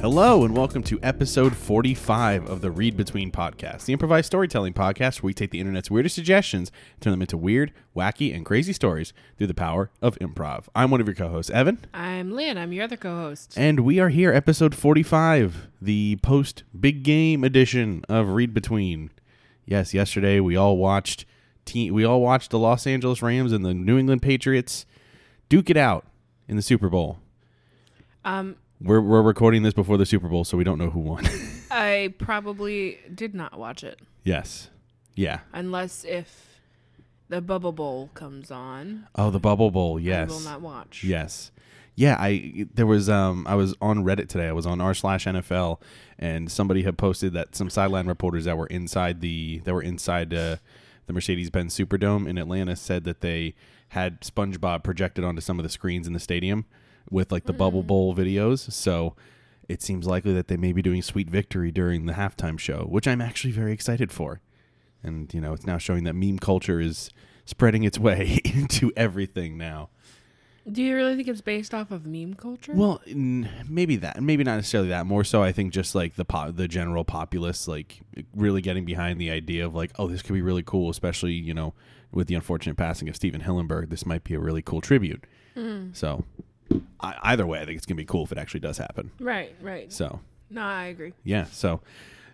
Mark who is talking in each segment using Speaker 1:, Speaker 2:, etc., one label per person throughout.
Speaker 1: Hello, and welcome to episode 45 of the Read Between podcast, the improvised storytelling podcast where we take the internet's weirdest suggestions, and turn them into weird, wacky, and crazy stories through the power of improv. I'm one of your co hosts, Evan,
Speaker 2: I'm Lynn. I'm your other co-host.
Speaker 1: and we are here, episode 45, the post big game edition of Read Between. Yes, yesterday we all watched te- we all watched the Los Angeles Rams and the New England Patriots duke it out in the Super Bowl.
Speaker 2: Um,
Speaker 1: We're, we're recording this before the Super Bowl, so we don't know who won.
Speaker 2: I probably did not watch it
Speaker 1: yes. Yeah.
Speaker 2: unless if the Bubble Bowl comes on.
Speaker 1: Oh, the Bubble Bowl.
Speaker 2: I will
Speaker 1: Yes.
Speaker 2: not watch.
Speaker 1: Yes. Yeah, I there was um I was on Reddit today. I was on r slash NFL, and somebody had posted that some sideline reporters that were inside the that were inside uh, the Mercedes Benz Superdome in Atlanta said that they had SpongeBob projected onto some of the screens in the stadium with like the Bubble Bowl videos. So it seems likely that they may be doing Sweet Victory during the halftime show, which I'm actually very excited for. And you know, it's now showing that meme culture is spreading its way into everything now.
Speaker 2: Do you really think it's based off of meme culture?
Speaker 1: Well, n- maybe that, maybe not necessarily that. More so, I think just like the po- the general populace, like really getting behind the idea of like, oh, this could be really cool, especially you know with the unfortunate passing of Steven Hillenberg, this might be a really cool tribute. So, I, either way, I think it's gonna be cool if it actually does happen.
Speaker 2: right, right.
Speaker 1: So,
Speaker 2: no, I agree.
Speaker 1: yeah, so.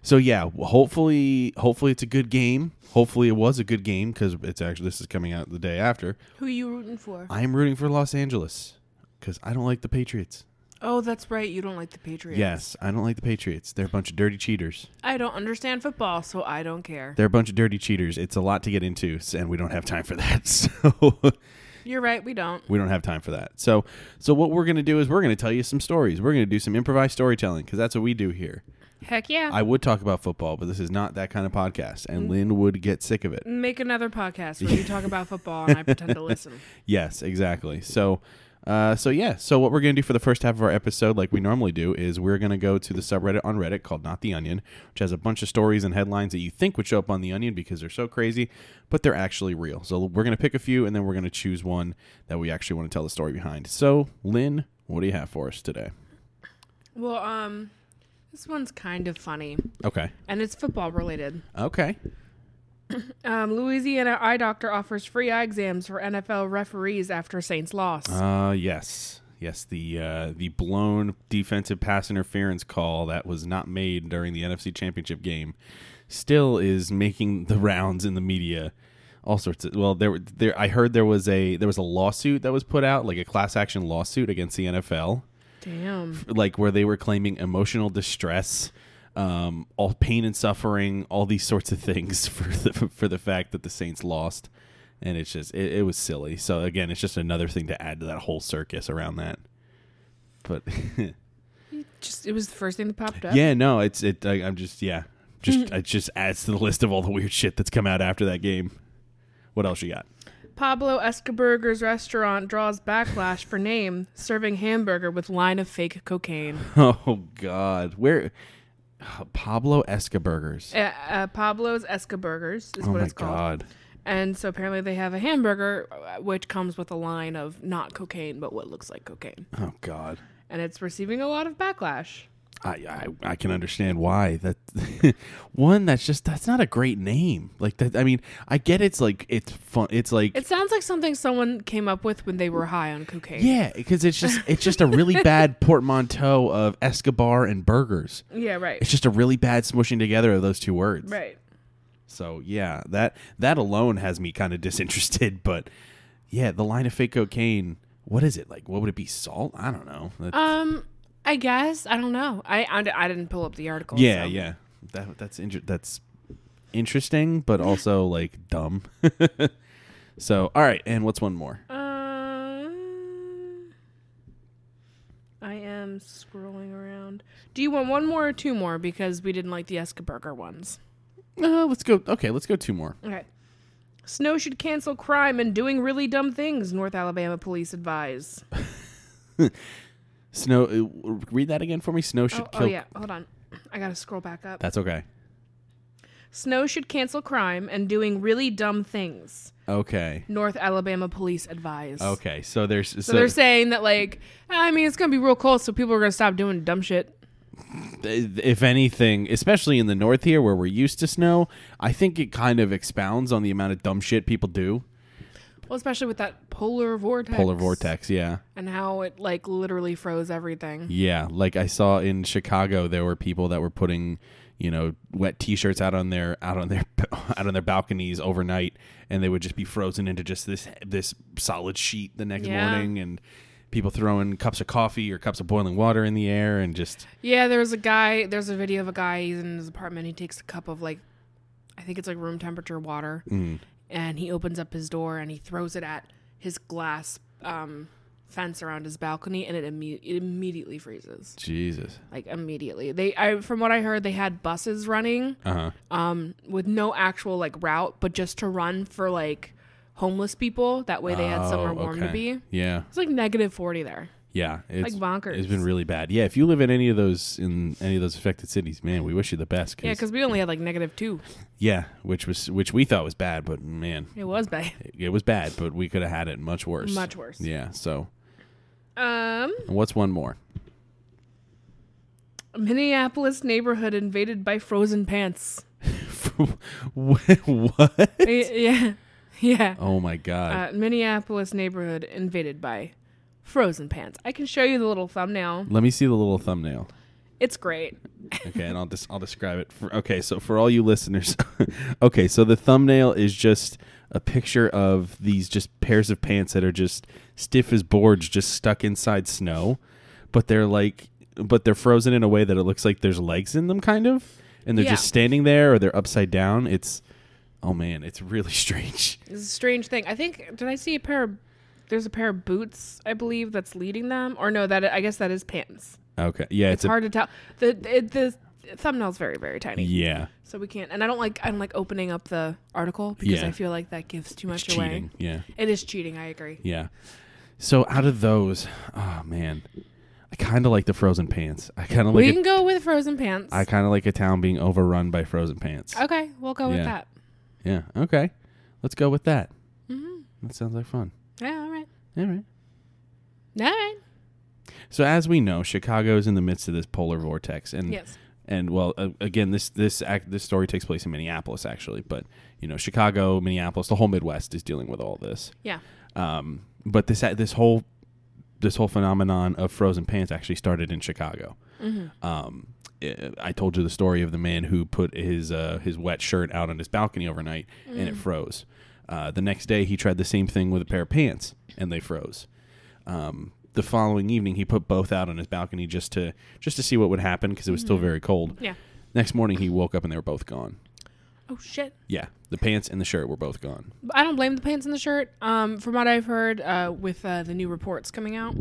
Speaker 1: So yeah, w- hopefully, hopefully it's a good game. Hopefully it was a good game because it's actually this is coming out the day after.
Speaker 2: Who you rooting for?
Speaker 1: I am rooting for Los Angeles because I don't like the Patriots.
Speaker 2: oh, that's right. You don't like the Patriots.
Speaker 1: Yes, I don't like the Patriots. They're a bunch of dirty cheaters.
Speaker 2: I don't understand football, so I don't care.
Speaker 1: They're a bunch of dirty cheaters. It's a lot to get into, s- and we don't have time for that. So
Speaker 2: You're right. We don't.
Speaker 1: we don't have time for that. So so what we're gonna do is we're gonna tell you some stories. We're gonna do some improvised storytelling because that's what we do here.
Speaker 2: Heck yeah.
Speaker 1: I would talk about football, but this is not that kind of podcast, and Lynn would get sick of it.
Speaker 2: Make another podcast where you talk about football and I pretend to listen.
Speaker 1: Yes, exactly. So, uh, so yeah. So what we're gonna do for the first half of our episode, like we normally do, is we're gonna go to the subreddit on Reddit called Not the Onion, which has a bunch of stories and headlines that you think would show up on the Onion because they're so crazy, but they're actually real. So we're gonna pick a few, and then we're gonna choose one that we actually want to tell the story behind. So, Lynn, what do you have for us today?
Speaker 2: Well, um, this one's kind of funny,
Speaker 1: Okay.
Speaker 2: and it's football related.
Speaker 1: Okay.
Speaker 2: Um, Louisiana eye doctor offers free eye exams for NFL referees after Saints loss.
Speaker 1: Uh, yes. Yes, the uh, the blown defensive pass interference call that was not made during the NFC Championship game still is making the rounds in the media. All sorts of well, there were- there I heard there was a there was a lawsuit that was put out, like a class action lawsuit against the NFL,
Speaker 2: Damn.
Speaker 1: like where they were claiming emotional distress, um, all pain and suffering, all these sorts of things for the for the fact that the Saints lost, and it's just it, it was silly. So again, it's just another thing to add to that whole circus around that. But
Speaker 2: Just it was the first thing that popped up.
Speaker 1: yeah, no, it's it. I, I'm just yeah, just it just adds to the list of all the weird shit that's come out after that game. What else you got?
Speaker 2: Pablo Escoburger's restaurant draws backlash for name serving hamburger with line of fake cocaine.
Speaker 1: Oh God, where Pablo Escoburgers?
Speaker 2: Uh, uh, Pablo's Escoburgers is
Speaker 1: Oh
Speaker 2: what
Speaker 1: my
Speaker 2: it's called.
Speaker 1: God.
Speaker 2: And so apparently they have a hamburger uh, which comes with a line of not cocaine but what looks like cocaine,
Speaker 1: Oh God.
Speaker 2: and it's receiving a lot of backlash.
Speaker 1: I, I I can understand why that one that's just that's not a great name like that I mean I get it's like it's fun it's like
Speaker 2: It sounds like something someone came up with when they were high on cocaine.
Speaker 1: yeah because it's just it's just a really bad portmanteau of Escobar and burgers
Speaker 2: Yeah, right.
Speaker 1: it's just a really bad smushing together of those two words
Speaker 2: Right.
Speaker 1: so yeah that that alone has me kind of disinterested but yeah the line of fake cocaine what is it like what would it be salt I don't know That-
Speaker 2: Um, I guess I don't know. I I, I didn't pull up the article.
Speaker 1: yeah
Speaker 2: so.
Speaker 1: yeah that that's inter- that's interesting but also like dumb so all right and what's one more
Speaker 2: Um, Uh, I am scrolling around. Do you want one more or two more? Because we didn't like the Escaburger ones.
Speaker 1: uh, let's go okay let's go two more
Speaker 2: Okay. Snow should cancel crime and doing really dumb things. North Alabama police advise.
Speaker 1: snow uh, read that again for me snow should
Speaker 2: Oh,
Speaker 1: kill
Speaker 2: oh yeah, hold on. I gotta scroll back up.
Speaker 1: that's okay
Speaker 2: Snow should cancel crime and doing really dumb things.
Speaker 1: okay
Speaker 2: North Alabama police advise.
Speaker 1: okay so there's so,
Speaker 2: So they're saying that like I mean it's gonna be real cold, so people are gonna stop doing dumb shit.
Speaker 1: if anything, especially in the north here where we're used to snow, I think it kind of expounds on the amount of dumb shit people do.
Speaker 2: Well, especially with that polar vortex.
Speaker 1: Polar vortex, yeah.
Speaker 2: And how it like literally froze everything.
Speaker 1: Yeah, like I saw in Chicago there were people that were putting, you know, wet t-shirts out on their out on their out on their balconies overnight and they would just be frozen into just this this solid sheet the next
Speaker 2: Yeah.
Speaker 1: morning and people throwing cups of coffee or cups of boiling water in the air and just
Speaker 2: Yeah, there's a guy. There's a video of a guy. He's in his apartment. He takes a cup of like, I think it's like room temperature water,
Speaker 1: Mm.
Speaker 2: and he opens up his door and he throws it at his glass um, fence around his balcony, and it, imme- it immediately freezes.
Speaker 1: Jesus.
Speaker 2: Like immediately. They, I from what I heard, they had buses running
Speaker 1: Uh-huh.
Speaker 2: um, with no actual like route, but just to run for like homeless people. That way they had somewhere
Speaker 1: Oh,
Speaker 2: warm to
Speaker 1: okay.
Speaker 2: be.
Speaker 1: Yeah.
Speaker 2: It's like negative forty there.
Speaker 1: Yeah, it's
Speaker 2: Like bonkers.
Speaker 1: It's been really bad. Yeah, if you live in any of those in any of those affected cities, man, we wish you the best.
Speaker 2: Yeah, because we only had like negative two.
Speaker 1: yeah, which was which we thought was bad, but man,
Speaker 2: It was bad.
Speaker 1: it, it was bad. But we could have had it much worse.
Speaker 2: Much worse.
Speaker 1: Yeah. So,
Speaker 2: Um,
Speaker 1: and what's one more?
Speaker 2: Minneapolis neighborhood invaded by frozen pants.
Speaker 1: what?
Speaker 2: Y- yeah, yeah.
Speaker 1: Oh my god.
Speaker 2: Uh, Minneapolis neighborhood invaded by frozen pants. I can show you the little thumbnail.
Speaker 1: Let me see the little thumbnail.
Speaker 2: It's great.
Speaker 1: Okay, and I'll just I'll describe it. For, okay, so for all you listeners, okay, so the thumbnail is just a picture of these just pairs of pants that are just stiff as boards, just stuck inside snow, but they're like, but they're frozen in a way that it looks like there's legs in them, kind of, and they're
Speaker 2: Yeah.
Speaker 1: just standing there or they're upside down. It's, oh man, it's really strange.
Speaker 2: It's a strange thing. I think did I see a pair of there's a pair of boots I believe that's leading them or no that I guess that is pants.
Speaker 1: Okay, yeah, it's,
Speaker 2: It's
Speaker 1: a
Speaker 2: hard to tell. The it, the thumbnail's very very tiny,
Speaker 1: yeah,
Speaker 2: so we can't. And I don't like I don't like opening up the article because
Speaker 1: Yeah.
Speaker 2: I feel like that gives too much away.
Speaker 1: cheating, yeah.
Speaker 2: It is cheating. I agree.
Speaker 1: Yeah. So out of those, oh man, I kind of like the frozen pants. I kind of
Speaker 2: we
Speaker 1: like
Speaker 2: can
Speaker 1: a,
Speaker 2: go with frozen pants. Oh.
Speaker 1: I kind of like a town being overrun by frozen pants.
Speaker 2: Okay, we'll go with
Speaker 1: Yeah.
Speaker 2: that.
Speaker 1: yeah. Okay. Let's go with that. That sounds like fun.
Speaker 2: Mm-hmm. Yeah, all right.
Speaker 1: All right.
Speaker 2: All right.
Speaker 1: So as we know, Chicago is in the midst of this polar vortex, and
Speaker 2: Yes.
Speaker 1: and well, uh, again, this this act, this story takes place in Minneapolis, actually, but you know, Chicago, Minneapolis, the whole Midwest is dealing with all this.
Speaker 2: Yeah.
Speaker 1: Um, but this this whole this whole phenomenon of frozen pants actually started in Chicago.
Speaker 2: Mm-hmm.
Speaker 1: Um, I- I told you the story of the man who put his uh, his wet shirt out on his balcony overnight and it froze. Uh, the next day, he tried the same thing with a pair of pants and they froze. Um, the following evening, he put both out on his balcony just to just to see what would happen because it was still very cold.
Speaker 2: Yeah.
Speaker 1: Next morning, he woke up and they were both gone.
Speaker 2: Oh shit.
Speaker 1: Yeah, the pants and the shirt were both gone.
Speaker 2: I don't blame the pants and the shirt. Um, from what I've heard, uh, with uh, the new reports coming out,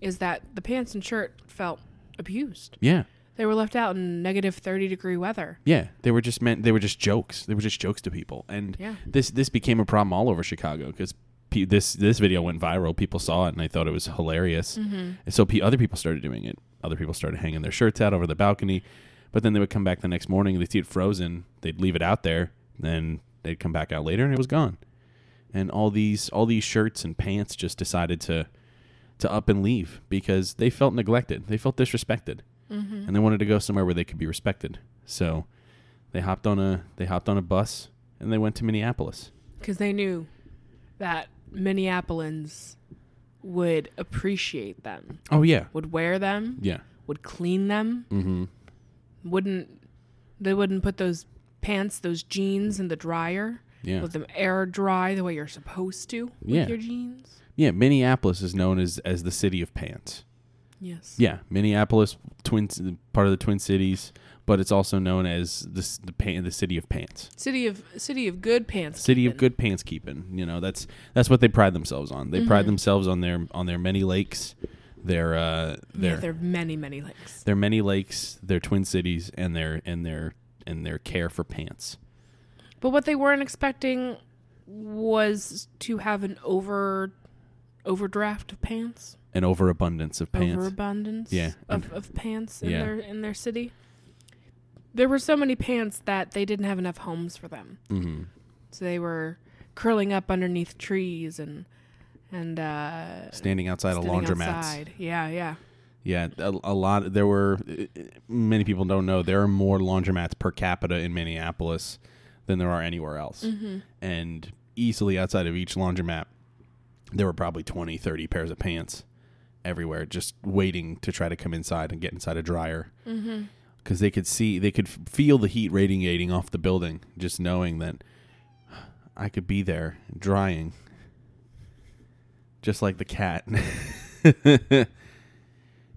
Speaker 2: is that the pants and shirt felt abused.
Speaker 1: Yeah,
Speaker 2: They were left out in negative thirty degree weather.
Speaker 1: Yeah, they were just meant. They were just jokes. They were just jokes to people, and
Speaker 2: Yeah.
Speaker 1: this this became a problem all over Chicago because pe- this this video went viral. People saw it and they thought it was hilarious, and so pe- other people started doing it. Other people started hanging their shirts out over the balcony, but then they would come back the next morning. They'd see it frozen. They'd leave it out there. Then they'd come back out later and it was gone. And all these all these shirts and pants just decided to to up and leave because they felt neglected. They felt disrespected, and they wanted to go somewhere where they could be respected. So they hopped on a they hopped on a bus and they went to Minneapolis.
Speaker 2: because they knew that Minneapolins would appreciate them,
Speaker 1: Oh yeah,
Speaker 2: would wear them,
Speaker 1: yeah,
Speaker 2: would clean them,
Speaker 1: mm-hmm.
Speaker 2: wouldn't they wouldn't put those pants, those jeans in the dryer,
Speaker 1: yeah,
Speaker 2: let them air dry the way you're supposed to with
Speaker 1: Yeah.
Speaker 2: your jeans.
Speaker 1: yeah. Minneapolis is known as as the city of pants.
Speaker 2: Yes.
Speaker 1: Yeah, Minneapolis, twin part of the Twin Cities, but it's also known as the s- the, pan, the city of pants.
Speaker 2: City of city of good pants.
Speaker 1: City of
Speaker 2: keeping.
Speaker 1: good pants keeping. You know that's that's what they pride themselves on. They pride themselves on their on their many lakes, their uh
Speaker 2: Yeah,
Speaker 1: their
Speaker 2: there are many many lakes.
Speaker 1: their many lakes, their Twin Cities, and their and their and their care for pants.
Speaker 2: But what they weren't expecting was to have an over overdraft of pants,
Speaker 1: An overabundance of pants.
Speaker 2: overabundance
Speaker 1: Yeah,
Speaker 2: of, of pants in
Speaker 1: yeah.
Speaker 2: their in their city. There were so many pants that they didn't have enough homes for them.
Speaker 1: mm-hmm.
Speaker 2: So they were curling up underneath trees and and uh
Speaker 1: standing outside
Speaker 2: standing
Speaker 1: of laundromats.
Speaker 2: outside. Yeah, yeah.
Speaker 1: Yeah, a, a lot. There were many people don't know there are more laundromats per capita in Minneapolis than there are anywhere else,
Speaker 2: Mm-hmm.
Speaker 1: and easily outside of each laundromat, there were probably 20, 30 pairs of pants everywhere, just waiting to try to come inside and get inside a dryer. Because they could see, they could f- feel the heat radiating off the building, just knowing that I could be there drying, just like the cat.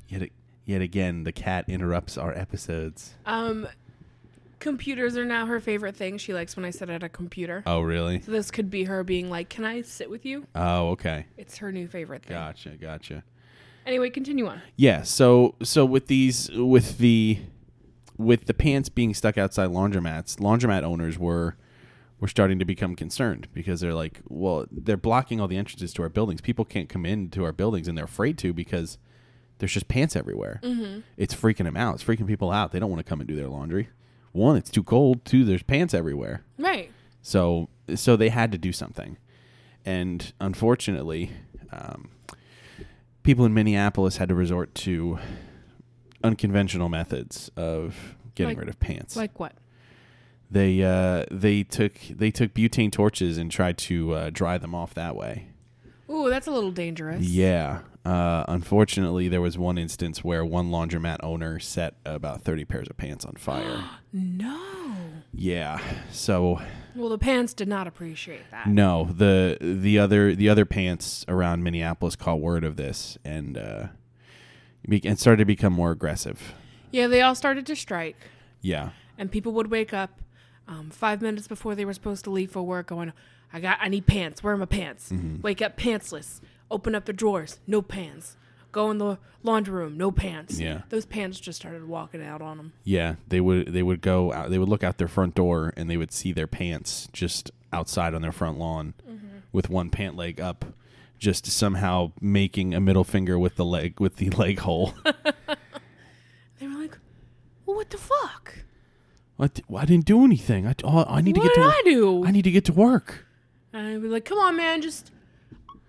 Speaker 1: yet, a- yet again, the cat interrupts our episodes.
Speaker 2: Um, computers are now her favorite thing. She likes when I sit at a computer.
Speaker 1: Oh, really?
Speaker 2: So this could be her being like, "Can I sit with you?"
Speaker 1: Oh, okay.
Speaker 2: It's her new favorite thing.
Speaker 1: Gotcha, gotcha.
Speaker 2: Anyway, continue on.
Speaker 1: Yeah. So so with these with the with the pants being stuck outside laundromats, laundromat owners were were starting to become concerned because they're like, well, they're blocking all the entrances to our buildings. People can't come into our buildings, and they're afraid to because there's just pants everywhere. It's freaking them out. It's freaking people out. They don't want to come and do their laundry. One, it's too cold. Two, there's pants everywhere.
Speaker 2: Right.
Speaker 1: So so they had to do something, and unfortunately, um, people in Minneapolis had to resort to unconventional methods of getting
Speaker 2: Like-
Speaker 1: rid of pants.
Speaker 2: Like what?
Speaker 1: they uh, they took they took butane torches and tried to uh, dry them off that way.
Speaker 2: Ooh, that's a little dangerous.
Speaker 1: Yeah. Uh, unfortunately, there was one instance where one laundromat owner set about 30 pairs of pants on fire.
Speaker 2: No.
Speaker 1: yeah. So
Speaker 2: Well, the pants did not appreciate that.
Speaker 1: No, the the other the other pants around Minneapolis caught word of this and uh, be- and started to become more aggressive.
Speaker 2: Yeah, they all started to strike,
Speaker 1: Yeah,
Speaker 2: and people would wake up um, five minutes before they were supposed to leave for work, going, "I got, I need pants. Where are my pants?"
Speaker 1: Mm-hmm.
Speaker 2: Wake up pantsless. Open up the drawers. No pants. Go in the laundry room. No pants.
Speaker 1: Yeah.
Speaker 2: Those pants just started walking out on them.
Speaker 1: yeah. They would they would go out, they would look out their front door and they would see their pants just outside on their front lawn
Speaker 2: Mm-hmm.
Speaker 1: with one pant leg up, just somehow making a middle finger with the leg with the leg hole.
Speaker 2: They were like, well, "What the fuck?
Speaker 1: what? I didn't do anything. I oh, I need
Speaker 2: What
Speaker 1: to get
Speaker 2: did
Speaker 1: to
Speaker 2: I do?"
Speaker 1: I need to get to work.
Speaker 2: And I'd be like, "Come on, man, just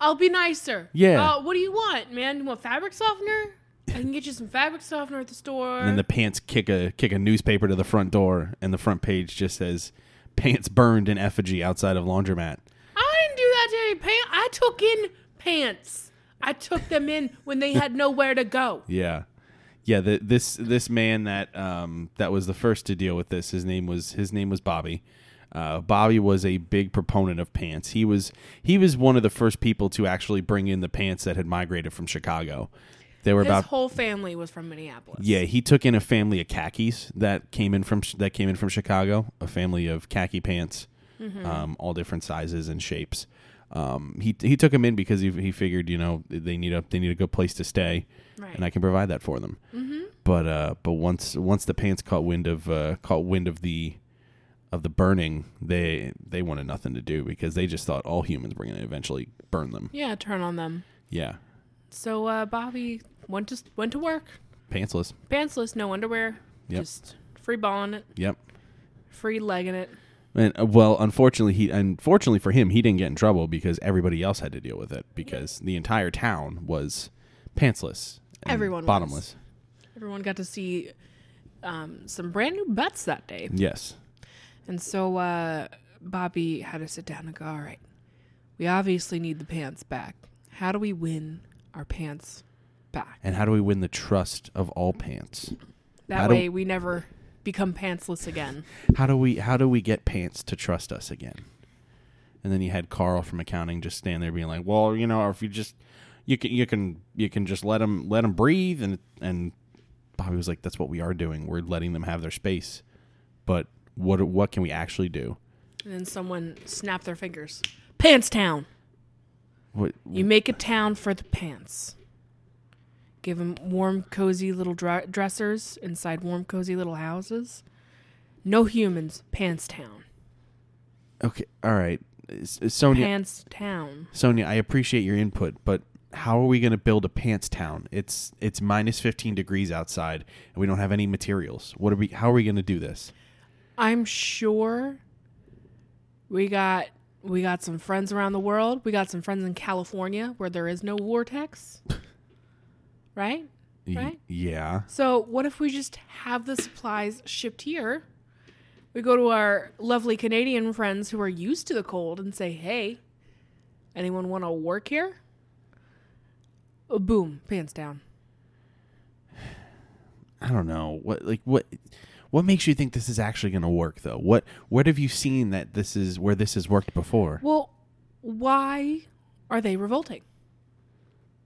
Speaker 2: I'll be nicer."
Speaker 1: Yeah.
Speaker 2: Uh, what do you want, man? You want fabric softener? I can get you some fabric softener at the store.
Speaker 1: And then the pants kick a kick a newspaper to the front door, and the front page just says "pants burned in effigy outside of laundromat."
Speaker 2: I didn't do that to any pants. I took in pants. I took them in when they had nowhere to go.
Speaker 1: Yeah, yeah. The, this this man that um, that was the first to deal with this. His name was his name was Bobby. Uh, Bobby was a big proponent of pants. He was he was one of the first people to actually bring in the pants that had migrated from Chicago. They were
Speaker 2: His
Speaker 1: about
Speaker 2: whole family was from Minneapolis.
Speaker 1: Yeah, he took in a family of khakis that came in from that came in from Chicago. A family of khaki pants, um, all different sizes and shapes. Um, he he took them in because he, he figured you know they need a they need a good place to stay,
Speaker 2: Right.
Speaker 1: and I can provide that for them. But uh, but once once the pants caught wind of uh, caught wind of the of the burning, they they wanted nothing to do because they just thought all humans were going to eventually burn them.
Speaker 2: Yeah, turn on them.
Speaker 1: Yeah,
Speaker 2: So uh, Bobby went to went to work,
Speaker 1: pantsless.
Speaker 2: pantsless, no underwear,
Speaker 1: Yep.
Speaker 2: just free balling it,
Speaker 1: Yep.
Speaker 2: free legging it.
Speaker 1: And uh, well, unfortunately, he unfortunately for him, he didn't get in trouble because everybody else had to deal with it because the entire town was pantsless, and
Speaker 2: Everyone was.
Speaker 1: bottomless.
Speaker 2: Everyone got to see um, some brand new butts that day.
Speaker 1: Yes,
Speaker 2: And so uh, Bobby had to sit down and go, all right, we obviously need the pants back. How do we win our pants back?
Speaker 1: and how do we win the trust of all pants? How
Speaker 2: That
Speaker 1: do-
Speaker 2: way we never become pantsless again.
Speaker 1: How do we how do we get pants to trust us again? And then you had Carl from accounting just stand there being like, "Well, you know, if you just you can you can you can just let them let them breathe," and and Bobby was like, "That's what we are doing. We're letting them have their space, but what what can we actually do?"
Speaker 2: And then someone snapped their fingers. Pants town.
Speaker 1: What
Speaker 2: You make a town for the pants. Give them warm, cozy little dr- dressers inside warm, cozy little houses. No humans. Pants town.
Speaker 1: Okay, all right, S- uh, Sonia.
Speaker 2: Pants town.
Speaker 1: Sonia, I appreciate your input, but how are we going to build a pants town? It's it's minus fifteen degrees outside, and we don't have any materials. What are we? How are we going to do this?
Speaker 2: I'm sure we got we got some friends around the world. We got some friends in California where there is no vortex. right?
Speaker 1: Y-
Speaker 2: Right?
Speaker 1: yeah.
Speaker 2: So what if we just have the supplies shipped here? We go to our lovely Canadian friends who are used to the cold and say, "Hey, anyone want to work here?" Oh, boom, pants down.
Speaker 1: I don't know what like what what makes you think this is actually going to work though. What what have you seen that this is where this has worked before?
Speaker 2: Well, why are they revolting?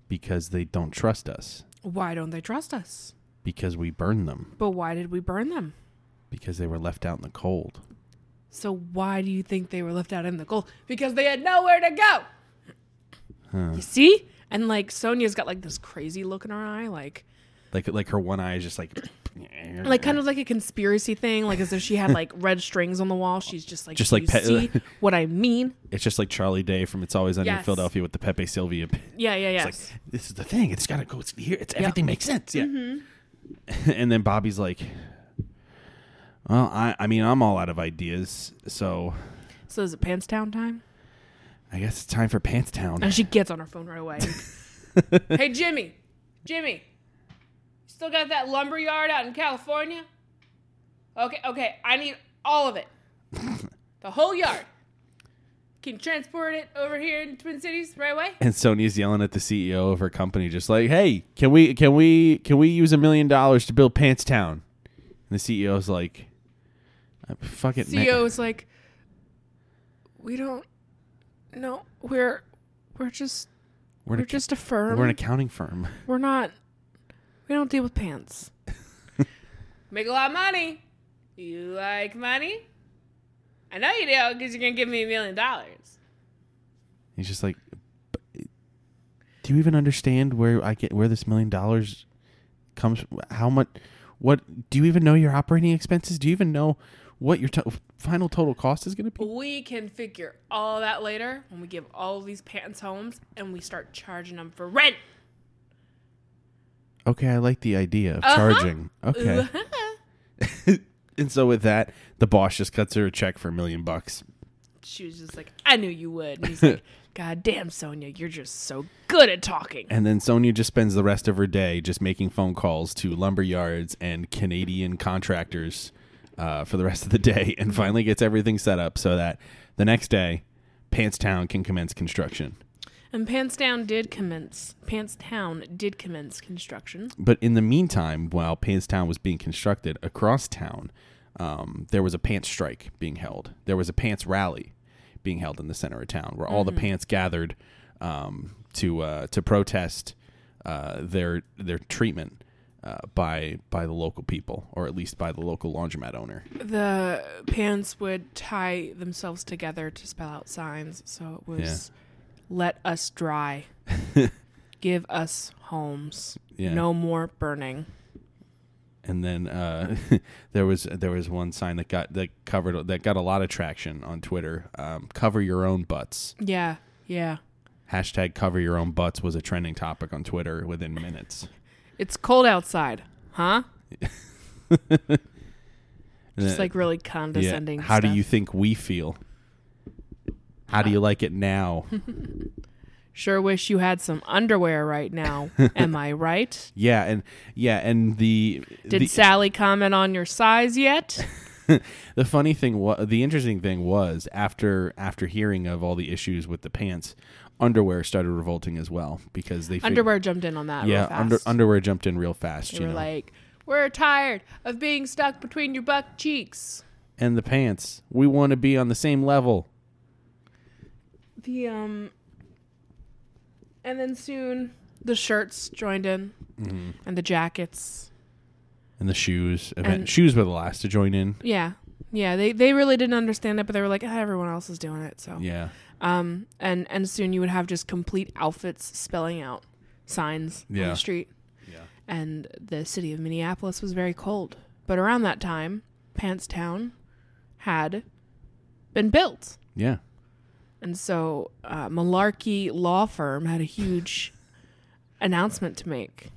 Speaker 1: Because they don't trust us.
Speaker 2: Why don't they trust us?
Speaker 1: Because we burned them.
Speaker 2: But why did we burn them?
Speaker 1: Because they were left out in the cold.
Speaker 2: So why do you think they were left out in the cold? Because they had nowhere to go.
Speaker 1: Huh.
Speaker 2: You see? And like Sonia's got like this crazy look in her eye, like
Speaker 1: Like like her one eye is just like
Speaker 2: like kind of like a conspiracy thing, like as if she had like red strings on the wall. She's just like,
Speaker 1: Just
Speaker 2: "Do
Speaker 1: like
Speaker 2: you
Speaker 1: Pe-
Speaker 2: see what I mean?
Speaker 1: it's just like Charlie Day from It's Always Sunny in
Speaker 2: Yes.
Speaker 1: Philadelphia with the Pepe Sylvia.
Speaker 2: Yeah, yeah, yes.
Speaker 1: It's like this is the thing. It's got to go it's here. It's everything makes sense. Yeah.
Speaker 2: Mm-hmm.
Speaker 1: and then Bobby's like, "Well, I I mean, I'm all out of ideas, so
Speaker 2: so is it pants down time?
Speaker 1: I guess it's time for Pants Town."
Speaker 2: And she gets on her phone right away. hey Jimmy, Jimmy, still got that lumber yard out in California? Okay, okay, I need all of it, the whole yard. Can you transport it over here in Twin Cities right away?
Speaker 1: and Sony's yelling at the CEO of her company, just like, "Hey, can we can we can we use a million dollars to build Pants Town?" And the CEO's like, "Uh, "Fuck it, man."
Speaker 2: CEO E is like, we don't, no, we're, we're just,
Speaker 1: We're, an
Speaker 2: we're
Speaker 1: ac-
Speaker 2: just a firm.
Speaker 1: we're an accounting firm.
Speaker 2: We're not. We don't deal with pants. Make a lot of money. You like money? I know you do because you're gonna give me a million dollars.
Speaker 1: He's just like, "But, uh, "Do you even understand where I get where this million dollars comes? from? How much? What? Do you even know your operating expenses? Do you even know what your to- final total cost is going to be?"
Speaker 2: We can figure all that later when we give all of these pants homes and we start charging them for rent.
Speaker 1: Okay, I like the idea of
Speaker 2: Uh-huh.
Speaker 1: charging. Okay.
Speaker 2: Ooh-ha.
Speaker 1: and so with that, the boss just cuts her a check for a million bucks.
Speaker 2: she was just like, "I knew you would." And he's like, "God damn, Sonia, you're just so good at talking."
Speaker 1: And then Sonia just spends the rest of her day just making phone calls to lumber yards and Canadian contractors uh, for the rest of the day and finally gets everything set up so that the next day, Pantstown can commence construction.
Speaker 2: And Pants Down did commence. Pants Town did commence construction.
Speaker 1: But in the meantime, while Pantstown was being constructed across town, um, there was a pants strike being held. There was a pants rally being held in the center of town where all the pants gathered um, to uh, to protest uh, their their treatment uh, by by the local people, or at least by the local laundromat owner.
Speaker 2: the pants would tie themselves together to spell out signs. So it was let us dry. Give us homes.
Speaker 1: Yeah.
Speaker 2: No more burning.
Speaker 1: and then uh, there was there was one sign that got that covered that got a lot of traction on Twitter. Um, cover your own butts.
Speaker 2: Yeah. Yeah.
Speaker 1: Hashtag cover your own butts was a trending topic on Twitter within minutes.
Speaker 2: It's cold outside. Huh?
Speaker 1: And
Speaker 2: Just
Speaker 1: then-
Speaker 2: like really condescending.
Speaker 1: How do
Speaker 2: stuff.
Speaker 1: you think we feel? How do you like it now?
Speaker 2: sure wish you had some underwear right now? Am I right?
Speaker 1: yeah, and yeah, and the
Speaker 2: Did
Speaker 1: the,
Speaker 2: Sally comment on your size yet?
Speaker 1: the funny thing was the interesting thing was after after hearing of all the issues with the pants, underwear started revolting as well because they fig-
Speaker 2: underwear jumped in on that. real
Speaker 1: yeah
Speaker 2: fast.
Speaker 1: under, underwear jumped in real fast,
Speaker 2: They
Speaker 1: you
Speaker 2: were
Speaker 1: know,
Speaker 2: like, we're tired of being stuck between your buck cheeks.
Speaker 1: and the pants. We want to be on the same level.
Speaker 2: The um and then soon the shirts joined in
Speaker 1: Mm-hmm.
Speaker 2: and the jackets.
Speaker 1: And the shoes, event.
Speaker 2: And-
Speaker 1: shoes were the last to join in.
Speaker 2: Yeah. Yeah, they they really didn't understand it, but they were like, ah, everyone else is doing it, so.
Speaker 1: Yeah,
Speaker 2: Um and and soon you would have just complete outfits spelling out signs on
Speaker 1: Yeah.
Speaker 2: the street.
Speaker 1: Yeah.
Speaker 2: And the city of Minneapolis was very cold. But around that time, Pantstown had been built.
Speaker 1: yeah.
Speaker 2: And so, uh, Malarkey Law Firm had a huge announcement to make.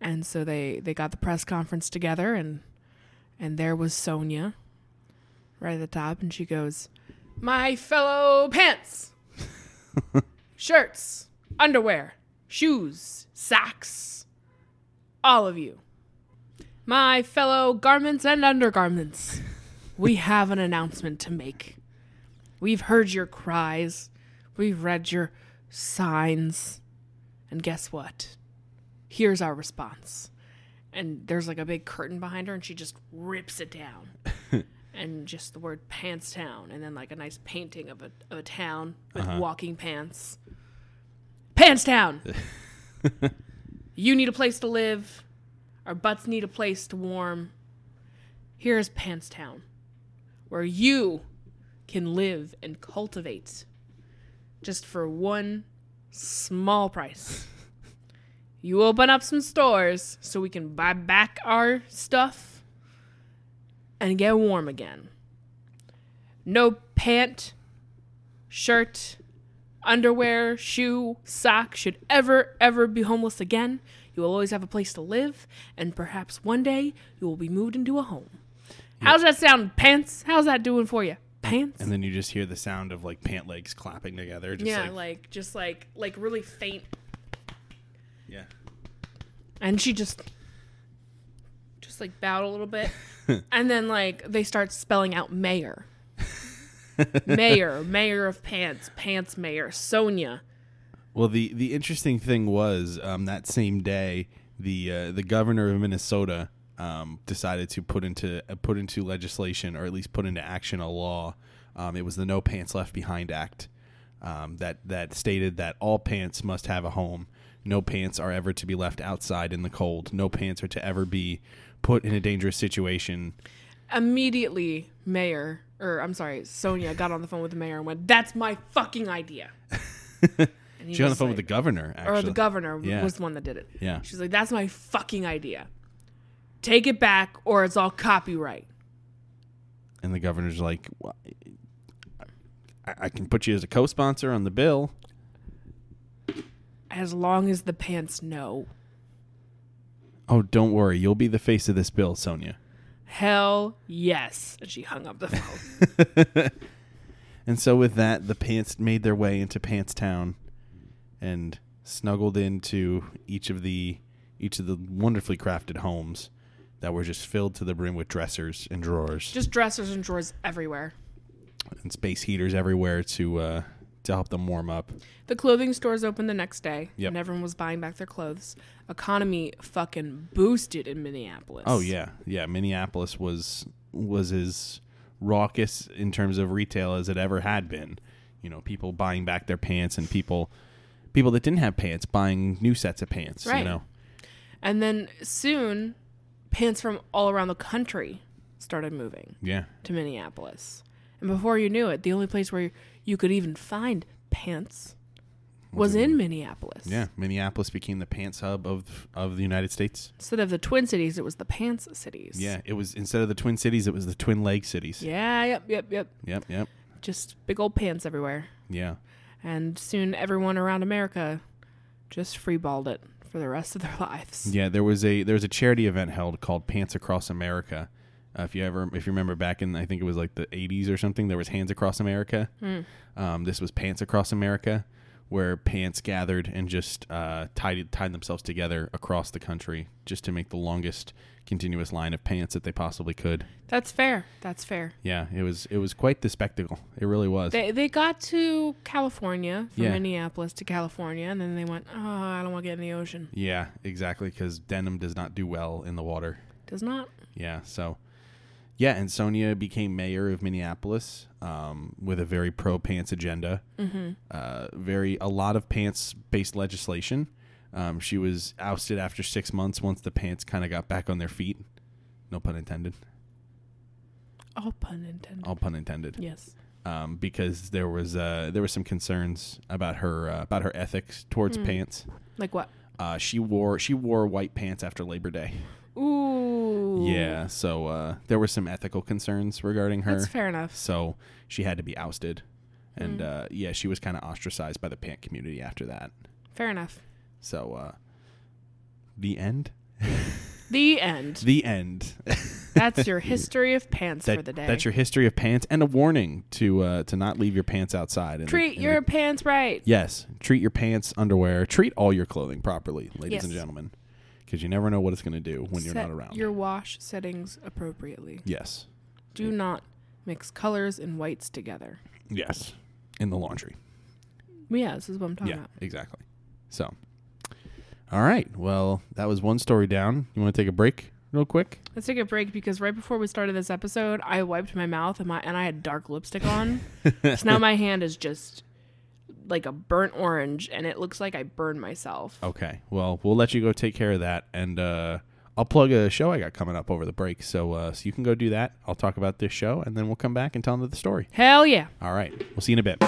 Speaker 2: and so they they got the press conference together, and and there was Sonia, right at the top, and she goes, "My fellow pants, shirts, underwear, shoes, socks, all of you, my fellow garments and undergarments, we have an announcement to make. We've heard your cries, we've read your signs, and guess what? Here's our response. And there's like a big curtain behind her, and she just rips it down. and just the word pants town and then like a nice painting of a, of a town with walking pants pants town you need a place to live our butts need a place to warm here's pants town where you can live and cultivate just for one small price you open up some stores so we can buy back our stuff and get warm again. No pant, shirt, underwear, shoe, sock should ever, ever be homeless again. You will always have a place to live, and perhaps one day you will be moved into a home. How's that sound, pants? How's that doing for you, pants?
Speaker 1: And then you just hear the sound of like pant legs clapping together. Just
Speaker 2: yeah,
Speaker 1: like,
Speaker 2: like just like like really faint,
Speaker 1: yeah.
Speaker 2: and she just just like bowed a little bit, and then like they start spelling out mayor. mayor, mayor of pants, pants mayor, Sonia.
Speaker 1: Well, the the interesting thing was um, that same day, the uh, the governor of Minnesota um, decided to put into uh, put into legislation, or at least put into action, a law. Um, it was the No Pants Left Behind Act um, that that stated that all pants must have a home. No pants are ever to be left outside in the cold. No pants are to ever be put in a dangerous situation.
Speaker 2: Immediately, mayor, or I'm sorry, Sonia got on the phone with the mayor and went, "That's my fucking idea." And he
Speaker 1: She got on the
Speaker 2: was
Speaker 1: phone with
Speaker 2: like-
Speaker 1: the governor, actually.
Speaker 2: or the governor
Speaker 1: Yeah.
Speaker 2: was the one that did it.
Speaker 1: Yeah.
Speaker 2: She's like, that's my fucking idea. Take it back or it's all copyright.
Speaker 1: And the governor's like, "Wh- I, I can put you as a co-sponsor on the bill.
Speaker 2: As long as the pants know.
Speaker 1: Oh, don't worry. You'll be the face of this bill, Sonia.
Speaker 2: Hell yes. And she hung up the phone.
Speaker 1: And so with that, the pants made their way into Pantstown and snuggled into each of the each of the wonderfully crafted homes that were just filled to the brim with dressers and drawers
Speaker 2: Just dressers and drawers everywhere.
Speaker 1: and space heaters everywhere to uh, to help them warm up.
Speaker 2: The clothing stores opened the next day,
Speaker 1: Yep.
Speaker 2: and everyone was buying back their clothes. Economy fucking boosted in Minneapolis.
Speaker 1: Oh yeah, yeah. Minneapolis was was as raucous in terms of retail as it ever had been. You know, people buying back their pants and people people that didn't have pants buying new sets of pants.
Speaker 2: Right.
Speaker 1: You know,
Speaker 2: And then soon, pants from all around the country started moving
Speaker 1: yeah.
Speaker 2: to Minneapolis. And before you knew it, the only place where you could even find pants was in Minneapolis.
Speaker 1: Yeah, Minneapolis became the pants hub of of the United States.
Speaker 2: Instead of the Twin Cities, it was the Pants Cities.
Speaker 1: Yeah, it was instead of the Twin Cities, it was the Twin Leg Cities.
Speaker 2: Yeah, yep, yep, yep.
Speaker 1: Yep, yep,
Speaker 2: Just big old pants everywhere.
Speaker 1: yeah.
Speaker 2: And soon everyone around America just freeballed it for the rest of their lives.
Speaker 1: Yeah, there was a there was a charity event held called Pants Across America. Uh, if you ever if you remember back in I think it was like the 80s or something, there was Hands Across America. Um, this was Pants Across America, where pants gathered and just uh, tied tied themselves together across the country just to make the longest continuous line of pants that they possibly could.
Speaker 2: That's fair. That's fair.
Speaker 1: Yeah, it was it was quite the spectacle. It really was.
Speaker 2: They they got to California from
Speaker 1: Yeah.
Speaker 2: Minneapolis to California, and then they went, oh, I don't want to get in the ocean.
Speaker 1: yeah, exactly, because denim does not do well in the water.
Speaker 2: Does not.
Speaker 1: Yeah. So, yeah, and Sonia became mayor of Minneapolis um, with a very pro pants agenda. Mm-hmm. Uh, very a lot of pants based legislation. Um, she was ousted after six months once the pants kind of got back on their feet. No pun intended.
Speaker 2: All pun intended.
Speaker 1: All pun intended.
Speaker 2: Yes.
Speaker 1: Um, because there was uh, there were some concerns about her uh, about her ethics towards
Speaker 2: Mm.
Speaker 1: pants.
Speaker 2: Like what?
Speaker 1: Uh, she wore she wore white pants after Labor Day.
Speaker 2: Ooh.
Speaker 1: Yeah, so uh, there were some ethical concerns regarding her.
Speaker 2: That's fair enough.
Speaker 1: so she had to be ousted and
Speaker 2: Mm.
Speaker 1: uh, yeah she was kind of ostracized by the pant community after that
Speaker 2: Fair enough.
Speaker 1: so uh, the end
Speaker 2: The end.
Speaker 1: the end
Speaker 2: That's your history of pants for
Speaker 1: that,
Speaker 2: the day.
Speaker 1: that's your history of pants and a warning to uh, to not leave your pants outside in the-
Speaker 2: Treat
Speaker 1: in the-
Speaker 2: your pants right.
Speaker 1: yes treat your pants underwear treat all your clothing properly ladies and
Speaker 2: Yes.
Speaker 1: gentlemen because you never know what it's going to do when you're
Speaker 2: Set
Speaker 1: not around.
Speaker 2: Your wash settings appropriately.
Speaker 1: yes.
Speaker 2: Do not mix colors and whites together.
Speaker 1: Yes. In the laundry.
Speaker 2: Yeah, this is what I'm talking
Speaker 1: yeah,
Speaker 2: about.
Speaker 1: exactly. So, all right. Well, that was one story down. You want to take a break real quick?
Speaker 2: Let's take a break because right before we started this episode, I wiped my mouth and my and I had dark lipstick on. so now my hand is just like a burnt orange and it looks like I burned myself.
Speaker 1: Okay. Well, we'll let you go take care of that, and uh, I'll plug a show I got coming up over the break. So, uh, so you can go do that. I'll talk about this show, and then we'll come back and tell them the story.
Speaker 2: Hell yeah.
Speaker 1: All right. We'll see you in a bit.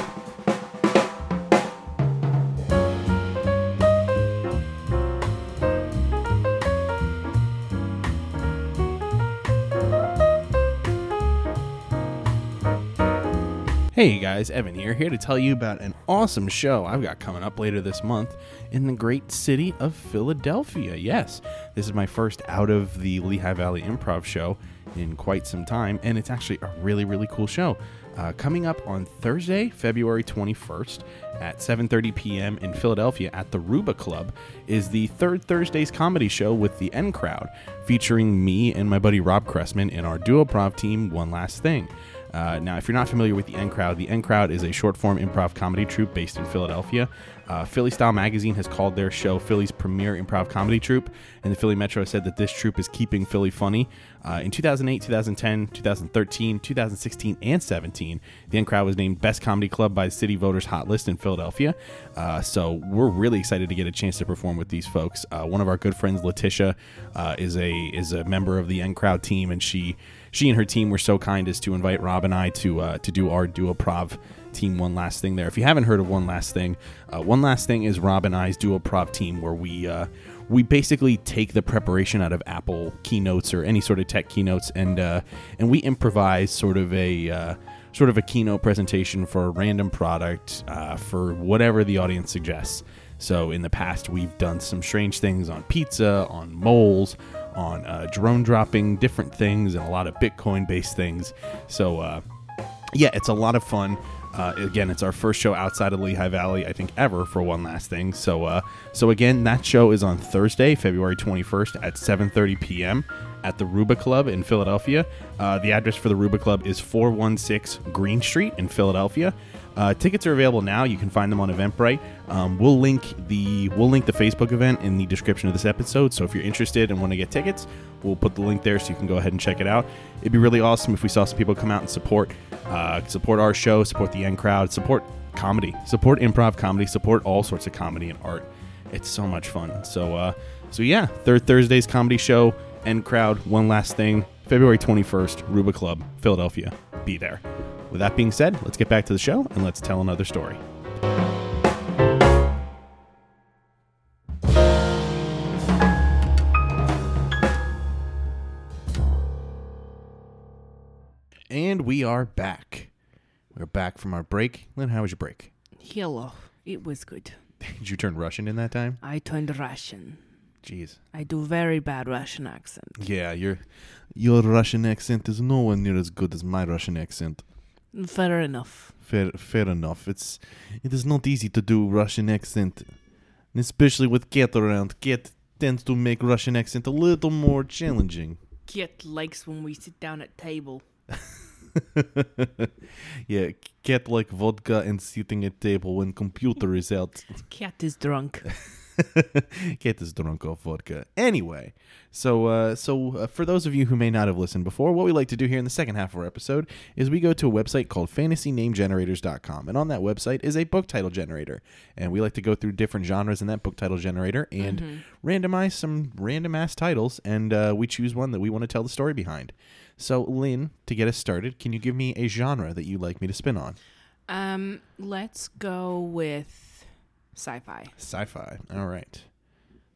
Speaker 1: Hey guys, Evan here, here to tell you about an awesome show I've got coming up later this month in the great city of Philadelphia. Yes, this is my first out of the Lehigh Valley Improv show in quite some time, and it's actually a really, really cool show. Uh, coming up on Thursday, February 21st at 7:30 p.m. in Philadelphia at the Ruba Club is the third Thursday's comedy show with the N Crowd, featuring me and my buddy Rob Cressman in our duoprov team. One last thing. Uh, now, if you're not familiar with the N Crowd, the N Crowd is a short form improv comedy troupe based in Philadelphia. Uh, Philly Style Magazine has called their show Philly's premier improv comedy troupe, and the Philly Metro said that this troupe is keeping Philly funny. Uh, in 2008, 2010, 2013, 2016, and 17, the N Crowd was named Best Comedy Club by City Voters Hot List in Philadelphia. Uh, so we're really excited to get a chance to perform with these folks. Uh, one of our good friends, Letitia, uh, is a is a member of the N Crowd team, and she she and her team were so kind as to invite Rob and I to uh, to do our duoprov team one last thing there if you haven't heard of one last thing uh, one last thing is rob and i's duoprov team where we uh, we basically take the preparation out of apple keynotes or any sort of tech keynotes and uh, and we improvise sort of a uh, sort of a keynote presentation for a random product uh, for whatever the audience suggests so in the past, we've done some strange things on pizza, on moles, on uh, drone dropping, different things, and a lot of Bitcoin-based things. So uh, yeah, it's a lot of fun. Uh, again, it's our first show outside of Lehigh Valley, I think, ever for one last thing. So, uh, so again, that show is on Thursday, February 21st at 7:30 p.m. at the Ruba Club in Philadelphia. Uh, the address for the Ruba Club is 416 Green Street in Philadelphia. Uh, tickets are available now. You can find them on Eventbrite. Um, we'll link the we'll link the Facebook event in the description of this episode. So if you're interested and want to get tickets, we'll put the link there so you can go ahead and check it out. It'd be really awesome if we saw some people come out and support uh, support our show, support the end crowd, support comedy, support improv comedy, support all sorts of comedy and art. It's so much fun. So uh, so yeah, third Thursday's comedy show, end crowd. One last thing, February 21st, Ruba Club, Philadelphia. Be there. With that being said, let's get back to the show and let's tell another story. And we are back. We're back from our break. Lynn, how was your break?
Speaker 3: Hello. It was good.
Speaker 1: Did you turn Russian in that time?
Speaker 3: I turned Russian.
Speaker 1: Jeez.
Speaker 3: I do very bad Russian accent.
Speaker 1: Yeah, your your Russian accent is nowhere near as good as my Russian accent.
Speaker 3: Fair enough.
Speaker 1: Fair, fair enough. It's it is not easy to do Russian accent, and especially with Cat around. Cat tends to make Russian accent a little more challenging.
Speaker 3: Kit likes when we sit down at table.
Speaker 1: yeah, Cat like vodka and sitting at table when computer is out.
Speaker 3: Cat is drunk.
Speaker 1: Get this drunk off vodka. Anyway, so uh, so uh, for those of you who may not have listened before, what we like to do here in the second half of our episode is we go to a website called FantasyNameGenerators.com, and on that website is a book title generator, and we like to go through different genres in that book title generator and randomize some random ass titles, and uh, we choose one that we want to tell the story behind. So, Lynn, to get us started, can you give me a genre that you'd like me to spin on?
Speaker 2: Um, let's go with sci-fi.
Speaker 1: Sci-fi. All right.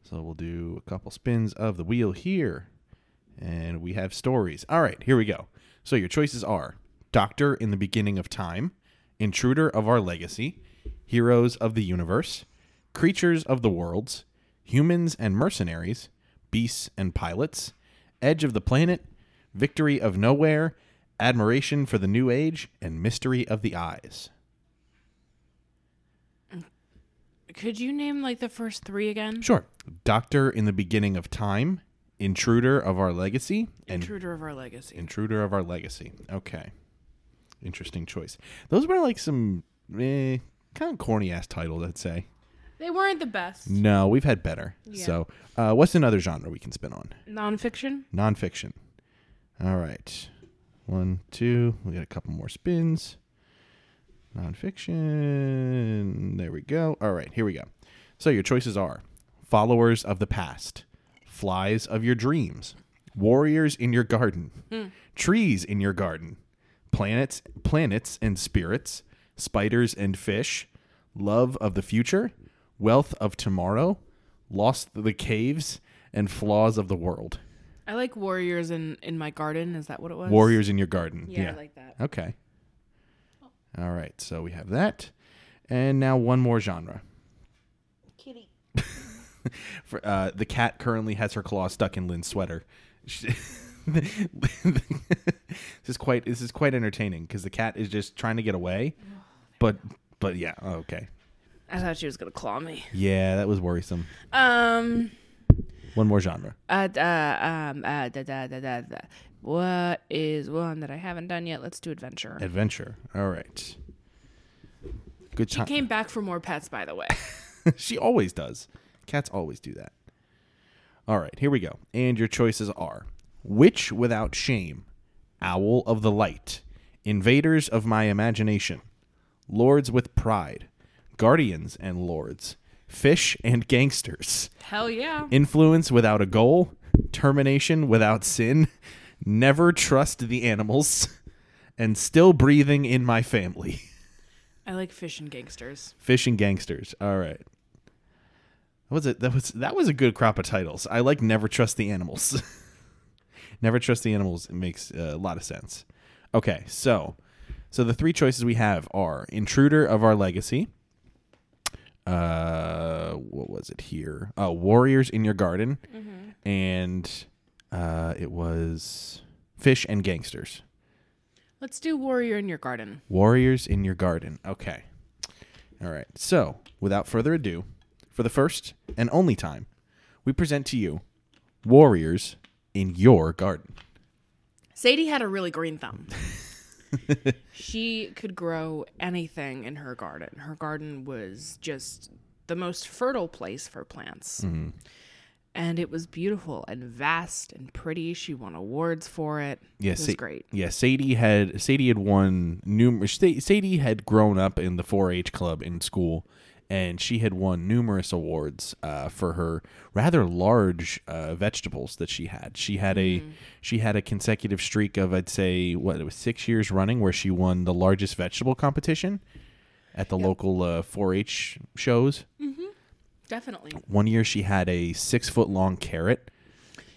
Speaker 1: So we'll do a couple spins of the wheel here, and we have stories. All right, here we go. So your choices are Doctor in the Beginning of Time, Intruder of Our Legacy, Heroes of the Universe, Creatures of the Worlds, Humans and Mercenaries, Beasts and Pilots, Edge of the Planet, Victory of Nowhere, Admiration for the New Age, and Mystery of the Eyes.
Speaker 2: Could you name like the first three again?
Speaker 1: Sure. Doctor in the beginning of time, intruder of our legacy, and
Speaker 2: Intruder of Our Legacy.
Speaker 1: intruder of our legacy. Okay. Interesting choice. Those were like some eh, kind of corny ass titles, I'd say.
Speaker 2: they weren't the best.
Speaker 1: No, we've had better.
Speaker 2: Yeah.
Speaker 1: So, uh, what's another genre we can spin on?
Speaker 2: Nonfiction.
Speaker 1: Nonfiction. All right. One, two. We got a couple more spins. Nonfiction. There we go. All right. Here we go. So your choices are followers of the past, flies of your dreams, warriors in your garden, trees in your garden, planets, planets and spirits, spiders and fish, love of the future, wealth of tomorrow, lost the caves, and flaws of the world.
Speaker 2: I like Warriors in in my garden. Is that what it was?
Speaker 1: Warriors in your garden.
Speaker 2: Yeah, I like that.
Speaker 1: Okay. All right. So we have that, and now one more genre.
Speaker 3: Kitty.
Speaker 1: For, uh, the cat currently has her claw stuck in Lynn's sweater. She- this is quite this is quite entertaining because the cat is just trying to get away, but but yeah oh, okay
Speaker 2: I thought she was gonna claw me.
Speaker 1: yeah that was worrisome.
Speaker 2: Um.
Speaker 1: One more genre.
Speaker 2: Uh. d- uh um. Uh. Da, da, da, da, da. What is one that I haven't done yet? Let's do adventure.
Speaker 1: Adventure. All right. Good
Speaker 2: she
Speaker 1: time.
Speaker 2: came back for more pets, by the way.
Speaker 1: she always does. Cats always do that. All right, here we go. And your choices are Witch Without Shame, Owl of the Light, Invaders of My Imagination, Lords with Pride, Guardians and Lords, Fish and Gangsters,
Speaker 2: Hell yeah.
Speaker 1: Influence Without a Goal, Termination Without Sin, Never Trust the Animals, and Still Breathing in My Family.
Speaker 2: I like fish and gangsters.
Speaker 1: Fishing gangsters. All right. That was a that was that was a good crop of titles. I like never trust the animals. never trust the animals it makes uh, a lot of sense. Okay, so so the three choices we have are intruder of our legacy. Uh, what was it here? Uh, warriors in your garden, and uh, it was fish and gangsters.
Speaker 2: Let's do warrior in your garden.
Speaker 1: Warriors in your garden. Okay. All right. So, without further ado, for the first and only time, we present to you Warriors in Your Garden.
Speaker 2: Sadie had a really green thumb. she could grow anything in her garden. Her garden was just the most fertile place for plants.
Speaker 1: Mm-hmm.
Speaker 2: And it was beautiful and vast and pretty. She won awards for it. it
Speaker 1: Yes,
Speaker 2: was great.
Speaker 1: Yeah, Sadie had Sadie had won numerous. Sadie had grown up in the 4-H club in school, and she had won numerous awards uh, for her rather large uh, vegetables that she had. She had
Speaker 2: Mm-hmm.
Speaker 1: a she had a consecutive streak of I'd say what it was six years running where she won the largest vegetable competition at the local uh, 4-H shows.
Speaker 2: Mm-hmm. Definitely.
Speaker 1: One year she had a six foot long carrot.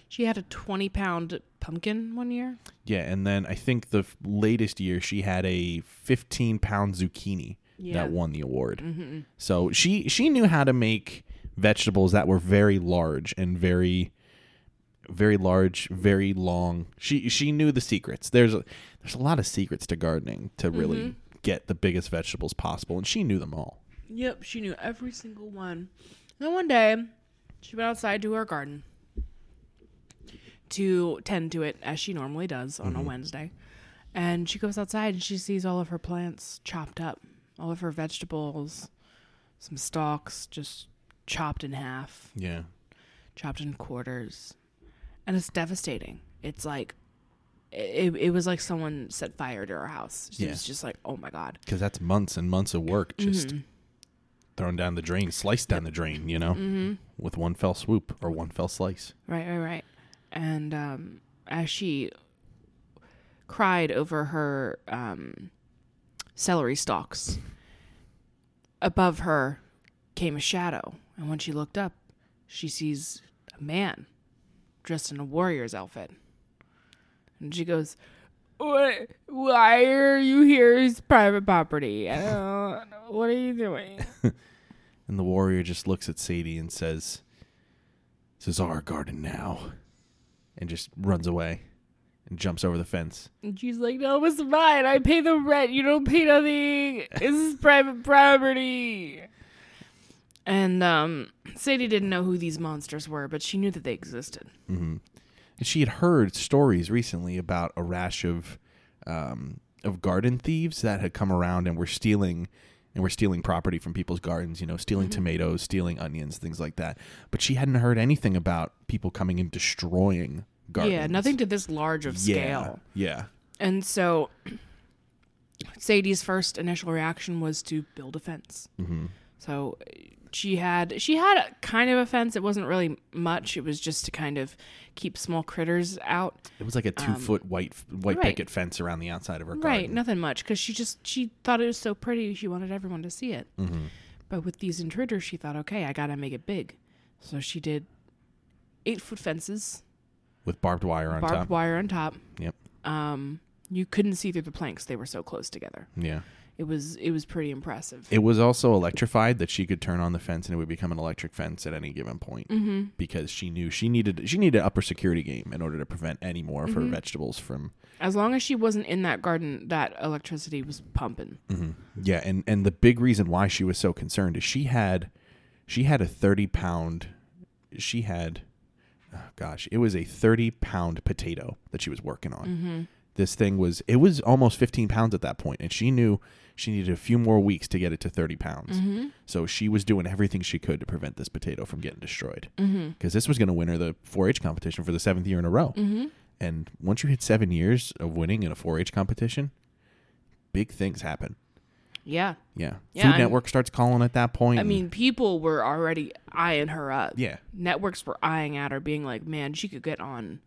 Speaker 2: She had a 20 pound pumpkin one year.
Speaker 1: Yeah, and then I think the f- latest year she had a 15 pound zucchini
Speaker 2: Yeah.
Speaker 1: that won the award. So she she knew how to make vegetables that were very large and very very large, very long. She she knew the secrets. There's a, there's a lot of secrets to gardening to really get the biggest vegetables possible, and she knew them all.
Speaker 2: Yep, she knew every single one. And then one day, she went outside to her garden to tend to it as she normally does on a Wednesday. And she goes outside and she sees all of her plants chopped up, all of her vegetables, some stalks just chopped in half,
Speaker 1: Yeah.
Speaker 2: chopped in quarters. And it's devastating. It's like it, it was like someone set fire to her house. She
Speaker 1: Yeah.
Speaker 2: was just like, "Oh my god."
Speaker 1: Cuz that's months and months of work just thrown down the drain, sliced down the drain, you know, with one fell swoop or one fell slice.
Speaker 2: Right, right, right. And um, as she cried over her um, celery stalks, above her came a shadow. And when she looked up, she sees a man dressed in a warrior's outfit. And she goes, what, Why are you here? It's private property. I don't, what are you doing?
Speaker 1: And the warrior just looks at Sadie and says, This is our garden now. And just runs away and jumps over the fence.
Speaker 2: And she's like, no, it's mine. I pay the rent. You don't pay nothing. This is private property. And um, Sadie didn't know who these monsters were, but she knew that they existed.
Speaker 1: And she had heard stories recently about a rash of um, of garden thieves that had come around and were stealing and were stealing property from people's gardens, you know, stealing
Speaker 2: Mm-hmm.
Speaker 1: tomatoes, stealing onions, things like that. But she hadn't heard anything about people coming and destroying gardens.
Speaker 2: Yeah, nothing to this large of
Speaker 1: Yeah,
Speaker 2: scale.
Speaker 1: Yeah.
Speaker 2: And so Sadie's first initial reaction was to build a fence.
Speaker 1: Mm-hmm.
Speaker 2: So uh, she had she had a kind of a fence. It wasn't really much. It was just to kind of keep small critters out.
Speaker 1: It was like a two foot white white
Speaker 2: Um, right.
Speaker 1: picket fence around the outside of her
Speaker 2: Right,
Speaker 1: garden.
Speaker 2: nothing much because she just she thought it was so pretty. She wanted everyone to see it.
Speaker 1: Mm-hmm.
Speaker 2: But with these intruders, she thought, okay, I gotta make it big. So she did eight foot fences,
Speaker 1: With barbed wire on
Speaker 2: barbed
Speaker 1: top.
Speaker 2: wire on top.
Speaker 1: Yep.
Speaker 2: Um, you couldn't see through the planks; they were so close together.
Speaker 1: Yeah.
Speaker 2: It was it was pretty impressive.
Speaker 1: It was also electrified that she could turn on the fence and it would become an electric fence at any given point
Speaker 2: Mm. Mm-hmm.
Speaker 1: because she knew she needed she needed an upper security game in order to prevent any more of her vegetables from
Speaker 2: As long as she wasn't in that garden, that electricity was pumping.
Speaker 1: mm-hmm. yeah and and the big reason why she was so concerned is she had she had a 30 pound she had oh gosh it was a 30 pound potato that she was working
Speaker 2: Mm.
Speaker 1: on
Speaker 2: Mm-hmm.
Speaker 1: this thing was it was almost 15 pounds at that point and she knew she needed a few more weeks to get it to 30 pounds
Speaker 2: Mm-hmm.
Speaker 1: so she was doing everything she could to prevent this potato from getting destroyed because
Speaker 2: Mm-hmm. Mm.
Speaker 1: this was going to win her the 4-h competition for the seventh year in a row
Speaker 2: Mm-hmm.
Speaker 1: and once you hit seven years of winning in a 4-h competition big things happen
Speaker 2: Yeah,
Speaker 1: yeah.
Speaker 2: Yeah,
Speaker 1: Food
Speaker 2: I'm-
Speaker 1: Network starts calling at that point.
Speaker 2: I
Speaker 1: and-
Speaker 2: mean, people were already eyeing her up.
Speaker 1: yeah.
Speaker 2: networks were eyeing at her, being like, "Man, she could get on.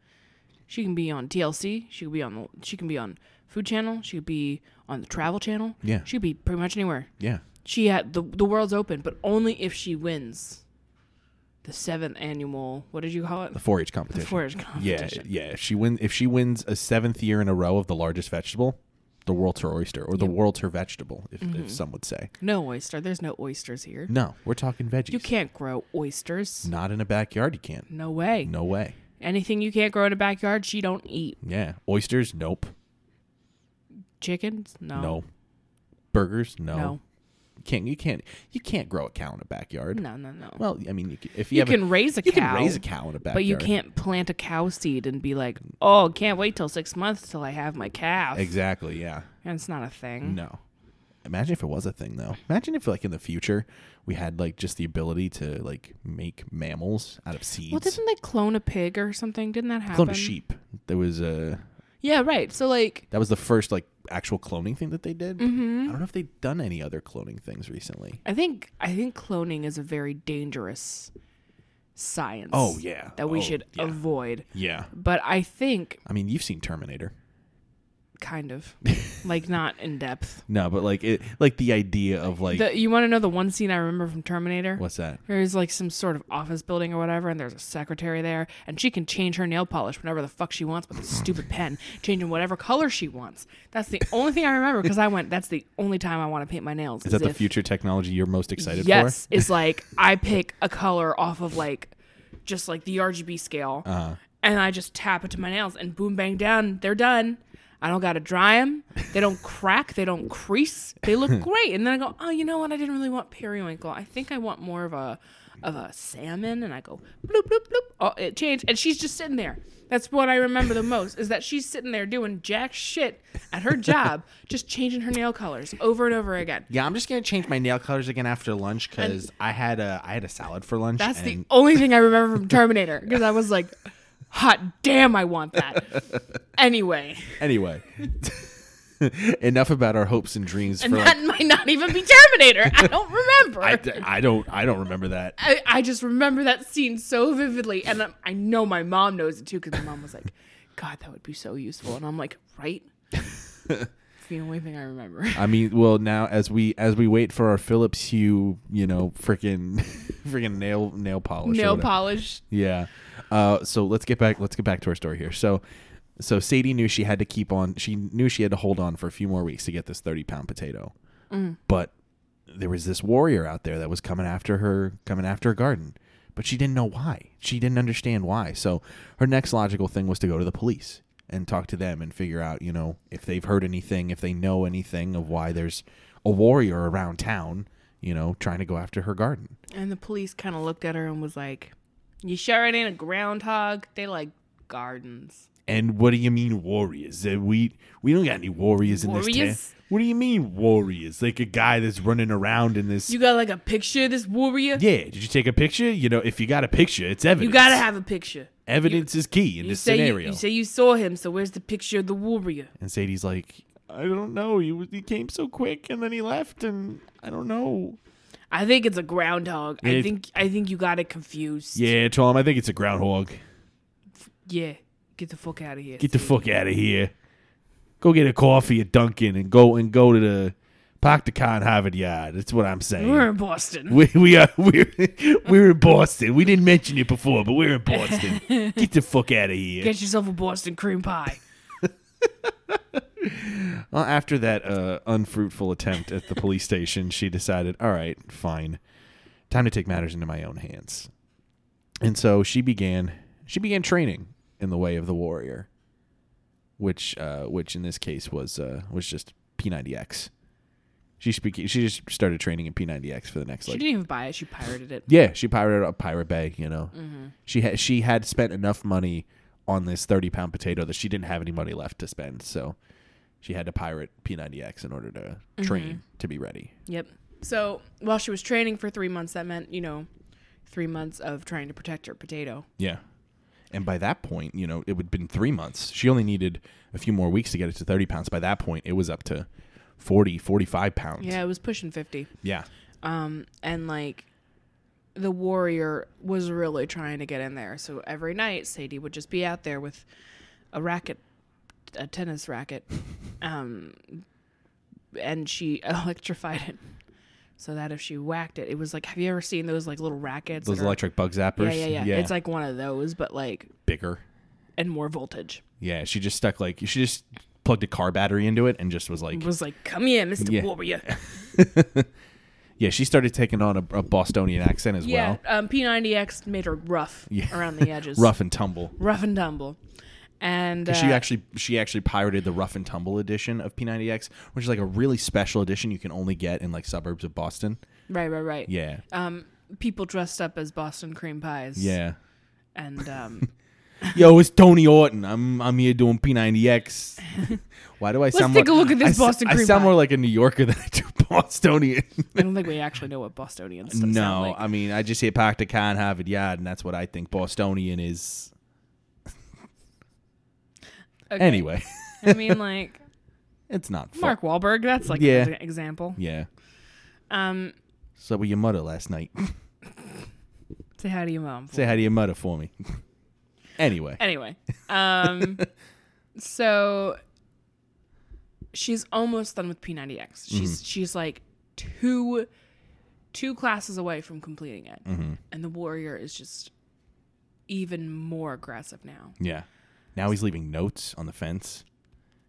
Speaker 2: She can be on TLC. She could be on. The, she can be on Food Channel. She could be on the Travel Channel.
Speaker 1: Yeah.
Speaker 2: she could be pretty much anywhere.
Speaker 1: Yeah.
Speaker 2: She had the the world's open, but only if she wins the seventh annual. What did you call it?
Speaker 1: The 4-H
Speaker 2: The
Speaker 1: competition.
Speaker 2: four-inch
Speaker 1: yeah,
Speaker 2: competition.
Speaker 1: yeah. If she wins, if she wins a seventh year in a row of the largest vegetable, the world's her oyster, or the world's her vegetable, if,
Speaker 2: Mm-hmm.
Speaker 1: if some would say.
Speaker 2: No oyster. There's no oysters here.
Speaker 1: No, we're talking veggies.
Speaker 2: You can't grow oysters.
Speaker 1: Not in a backyard. You can't.
Speaker 2: No way.
Speaker 1: No way.
Speaker 2: Anything you can't grow in a backyard, she don't eat.
Speaker 1: Yeah. Oysters. Nope.
Speaker 2: Chickens? No.
Speaker 1: No. Burgers. No.
Speaker 2: No.
Speaker 1: Can't you can't you can't grow a cow in a backyard.
Speaker 2: No, no, no.
Speaker 1: Well, I mean, you can, if you,
Speaker 2: you
Speaker 1: have a-
Speaker 2: can raise a
Speaker 1: you
Speaker 2: cow.
Speaker 1: can raise a cow in a backyard,
Speaker 2: But you can't plant a cow seed and be like, oh, can't wait till six months till I have my calf.
Speaker 1: Exactly. Yeah.
Speaker 2: That's not a thing.
Speaker 1: No. Imagine if it was a thing though. Imagine if like in the future we had like just the ability to like make mammals out of seeds.
Speaker 2: Well, didn't they clone a pig or something? Didn't that happen?
Speaker 1: Clone a sheep. There was a
Speaker 2: Yeah, right. So like,
Speaker 1: that was the first like actual cloning thing that they did.
Speaker 2: Mm-hmm.
Speaker 1: I don't know if they've done any other cloning things recently.
Speaker 2: I think I think cloning is a very dangerous science.
Speaker 1: Oh, yeah.
Speaker 2: that we
Speaker 1: Oh,
Speaker 2: should
Speaker 1: yeah.
Speaker 2: avoid.
Speaker 1: Yeah.
Speaker 2: But I think
Speaker 1: I mean, you've seen Terminator.
Speaker 2: kind of like not in depth.
Speaker 1: No, but like it like the idea of like
Speaker 2: The, you want to know the one scene I remember from Terminator?
Speaker 1: what's that?
Speaker 2: There's like some sort of office building or whatever, and there's a secretary there, and she can change her nail polish whenever the fuck she wants with a stupid pen, changing whatever color she wants. That's the only thing I remember because I went, that's the only time I want to paint my nails.
Speaker 1: Is that the
Speaker 2: if-
Speaker 1: future technology you're most excited
Speaker 2: Yes, is like I pick a color off of like just like the RGB scale, and I just tap it to my nails, and boom, bang, down, they're done. I don't gotta dry them. They don't crack. They don't crease. They look great. And then I go, oh, you know what? I didn't really want periwinkle. I think I want more of a of a salmon. And I go bloop bloop bloop. Oh, it changed. And she's just sitting there. That's what I remember the most is that she's sitting there doing jack shit at her job, just changing her nail colors over and over again.
Speaker 1: for? Yeah, I'm just gonna change my nail colors again after lunch because I had a I had a salad for lunch.
Speaker 2: That's the only thing I remember from Terminator because I was like, hot damn, I want that. anyway,
Speaker 1: Anyway, enough about our hopes and dreams
Speaker 2: and
Speaker 1: for
Speaker 2: that
Speaker 1: like,
Speaker 2: might not even be Terminator. I don't remember.
Speaker 1: I,
Speaker 2: I,
Speaker 1: I don't I don't remember that.
Speaker 2: I, just remember that scene so vividly. And I, I know my mom knows it too because my mom was like, God, that would be so useful. And I'm like, right? it's the only thing I remember.
Speaker 1: I mean, well, now as we as we wait for our Philips Hue, you know, freaking freaking nail nail polish. or
Speaker 2: Nail
Speaker 1: whatever.
Speaker 2: polish.
Speaker 1: Yeah. Uh, so let's get back. Let's get back to our story here. So, so Sadie knew she had to keep on. She knew she had to hold on for a few more weeks to get this thirty-pound potato. But there was this warrior out there that was coming after her, coming after her garden. But she didn't know why. She didn't understand why. So her next logical thing was to go to the police and talk to them and figure out, you know, if they've heard anything, if they know anything of why there's a warrior around town, you know, trying to go after her garden.
Speaker 2: And the police kind of looked at her and was like, "You sure it ain't a groundhog? They like gardens."
Speaker 1: And what do you mean warriors? Uh, We we don't got any warriors in this
Speaker 2: Warriors?
Speaker 1: town. What do you mean warriors? Like a guy that's running around in this.
Speaker 2: You got like a picture of this warrior?
Speaker 1: yeah, did you take a picture? You know, if you got a picture, it's evidence.
Speaker 2: You gotta have a picture.
Speaker 1: evidence is key in
Speaker 2: You
Speaker 1: this
Speaker 2: say you-
Speaker 1: scenario.
Speaker 2: You, say you saw him, so where's the picture of the warrior?
Speaker 1: and Sadie's like, I don't know. He was- he came so quick and then he left, and I don't know.
Speaker 2: I think it's a groundhog.
Speaker 1: Yeah,
Speaker 2: I
Speaker 1: it-
Speaker 2: think I think you got it confused.
Speaker 1: Yeah, Tom, I think it's a groundhog.
Speaker 2: Yeah. Get the fuck out of here.
Speaker 1: Get the fuck out of here. Go get a coffee at Dunkin' and go and go to the Pocticon Harvard Yard. That's what I'm saying.
Speaker 2: We're in Boston.
Speaker 1: We, we are we're we're in Boston. We didn't mention it before, but we're in Boston. Get the fuck out of here.
Speaker 2: Get yourself a Boston cream pie.
Speaker 1: Well, after that uh, unfruitful attempt at the police station, she decided, all right, fine, time to take matters into my own hands. And so she began. She began training in the way of the warrior, which, uh, which in this case was uh, was just P90X. She just beca- she just started training in P90X for the next
Speaker 2: She
Speaker 1: like
Speaker 2: didn't even buy it. She pirated it.
Speaker 1: yeah, she pirated up Pirate Bay. You know,
Speaker 2: Mm-hmm.
Speaker 1: she had she had spent enough money on this thirty pound potato that she didn't have any money left to spend, so she had to pirate P90X in order to train
Speaker 2: Mm-hmm.
Speaker 1: to be ready.
Speaker 2: Yep. So while she was training for three months, that meant you know, three months of trying to protect her potato.
Speaker 1: Yeah, and by that point, you know, it would have been three months. She only needed a few more weeks to get it to thirty pounds. By that point, it was up to 40, 45 pounds.
Speaker 2: Yeah, it was pushing fifty.
Speaker 1: yeah,
Speaker 2: Um, and like the warrior was really trying to get in there. So every night Sadie would just be out there with a racket, a tennis racket, um, and she electrified it. So that if she whacked it, it was like, have you ever seen those like little rackets?
Speaker 1: those
Speaker 2: that are-
Speaker 1: electric bug
Speaker 2: yeah,
Speaker 1: zappers.
Speaker 2: yeah, yeah, It's like one of those, but like
Speaker 1: bigger.
Speaker 2: and more voltage.
Speaker 1: Yeah, she just stuck like she just plugged a car battery into it and just was like
Speaker 2: It was like, come here, Mister
Speaker 1: Yeah.
Speaker 2: Warrior.
Speaker 1: Yeah, she started taking on a, a Bostonian accent as
Speaker 2: Yeah,
Speaker 1: well.
Speaker 2: um, P90X made her rough
Speaker 1: Yeah.
Speaker 2: around the edges,
Speaker 1: Rough and tumble.
Speaker 2: rough and tumble, and uh,
Speaker 1: She actually she actually pirated the rough and tumble edition of P90X, which is like a really special edition you can only get in like suburbs of Boston.
Speaker 2: Right, right, right.
Speaker 1: Yeah.
Speaker 2: Um, people dressed up as Boston cream pies.
Speaker 1: Yeah.
Speaker 2: And um,
Speaker 1: Yo, it's Tony Orton. I'm I'm here doing P90X. Why do I sound
Speaker 2: take a
Speaker 1: more,
Speaker 2: look at this
Speaker 1: I s-
Speaker 2: Boston
Speaker 1: I
Speaker 2: cream
Speaker 1: sound
Speaker 2: pie.
Speaker 1: more like a New Yorker than I do Bostonian.
Speaker 2: I don't think we actually know what Bostonians sound
Speaker 1: no,
Speaker 2: like.
Speaker 1: I mean I just hear Pacticon Harvard Yard and that's what I think Bostonian is.
Speaker 2: Okay.
Speaker 1: Anyway,
Speaker 2: I mean, like
Speaker 1: it's not fun.
Speaker 2: Mark Wahlberg. That's like
Speaker 1: Yeah.
Speaker 2: an ex- example.
Speaker 1: Yeah.
Speaker 2: Um,
Speaker 1: So with your mother last night.
Speaker 2: say hi to your mom.
Speaker 1: Say hi to your mother for me. anyway.
Speaker 2: Anyway, um, so she's almost done with P90X.
Speaker 1: Mm-hmm.
Speaker 2: She's she's like two two classes away from completing it,
Speaker 1: Mm-hmm.
Speaker 2: and the warrior is just even more aggressive now.
Speaker 1: Yeah. Now he's leaving notes on the fence.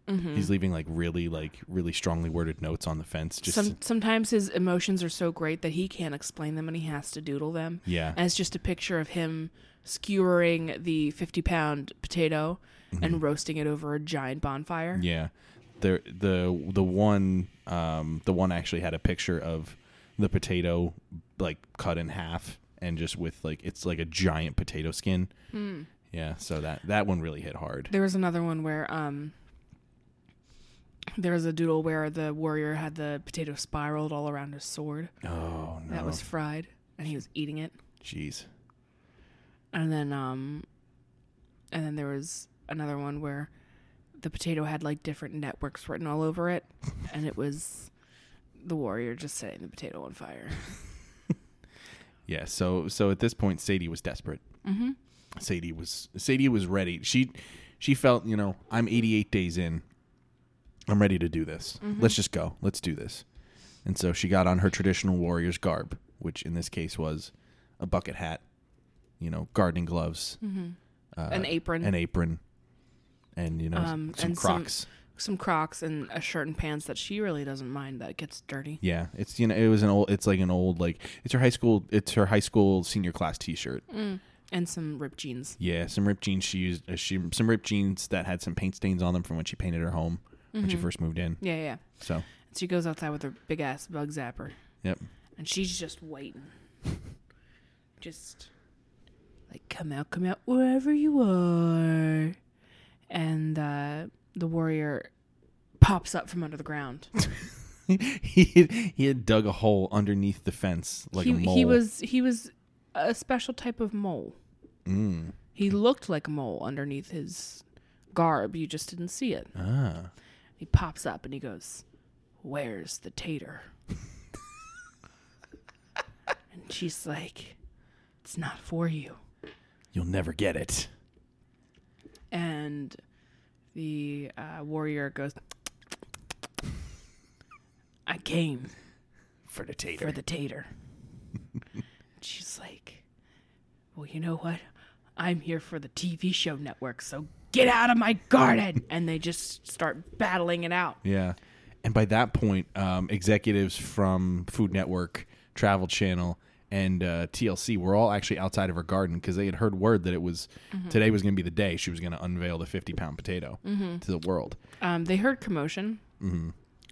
Speaker 2: Mm-hmm.
Speaker 1: He's leaving like really, like really strongly worded notes on the fence. Just
Speaker 2: Some, sometimes his emotions are so great that he can't explain them and he has to doodle them.
Speaker 1: Yeah.
Speaker 2: And it's just a picture of him skewering the 50 pound potato
Speaker 1: Mm-hmm.
Speaker 2: and roasting it over a giant bonfire.
Speaker 1: yeah. The the the one um the one actually had a picture of the potato like cut in half and just with like it's like a giant potato skin.
Speaker 2: Hmm.
Speaker 1: Yeah. So that that one really hit hard.
Speaker 2: There was another one where um, there was a doodle where the warrior had the potato spiraled all around his sword
Speaker 1: Oh no.
Speaker 2: that was fried and he was eating it.
Speaker 1: Jeez.
Speaker 2: And then um and then there was another one where the potato had like different networks written all over it and it was the warrior just setting the potato on fire.
Speaker 1: Yeah. So so at this point, Sadie was desperate. Mm-hmm. Sadie was Sadie was ready. She she felt you know I'm 88 days in. I'm ready to do this.
Speaker 2: Mm-hmm.
Speaker 1: Let's just go. Let's do this. And so she got on her traditional warrior's garb, which in this case was a bucket hat, you know, gardening gloves,
Speaker 2: Mm-hmm.
Speaker 1: uh,
Speaker 2: An apron,
Speaker 1: an apron, and you know
Speaker 2: Um,
Speaker 1: some
Speaker 2: and some-
Speaker 1: Crocs.
Speaker 2: some Crocs and a shirt and pants that she really doesn't mind that gets dirty.
Speaker 1: Yeah, it's you know it was an old. It's like an old like it's her high school. It's her high school senior class T-shirt.
Speaker 2: And some ripped jeans.
Speaker 1: Yeah, some ripped jeans she used. Uh, she some ripped jeans that had some paint stains on them from when she painted her home
Speaker 2: Mm-hmm.
Speaker 1: when she first moved in.
Speaker 2: Yeah, yeah.
Speaker 1: So,
Speaker 2: She goes outside with her big ass bug zapper.
Speaker 1: yep,
Speaker 2: and she's just waiting, just like come out, come out wherever you are, and uh, the warrior pops up from under the ground.
Speaker 1: he had, he had dug a hole underneath the fence like
Speaker 2: he,
Speaker 1: a mole.
Speaker 2: he was he was a special type of mole.
Speaker 1: Mm.
Speaker 2: He looked like a mole underneath his garb. You just didn't see it.
Speaker 1: Ah.
Speaker 2: He pops up and he goes, Where's the tater? and she's like, It's not for you.
Speaker 1: You'll never get it.
Speaker 2: And the uh, warrior goes, I came
Speaker 1: For the tater.
Speaker 2: for the tater. she's like, Well, you know what? I'm here for the TV show network, so get out of my garden. and they just start battling it out.
Speaker 1: Yeah. And by that point, um, executives from Food Network, Travel Channel, and uh, TLC were all actually outside of her garden because they had heard word that it was
Speaker 2: Mm-hmm.
Speaker 1: today was going to be the day she was going to unveil the 50 pound potato
Speaker 2: Mm-hmm.
Speaker 1: to the world.
Speaker 2: Um, they heard commotion.
Speaker 1: Mm-hmm.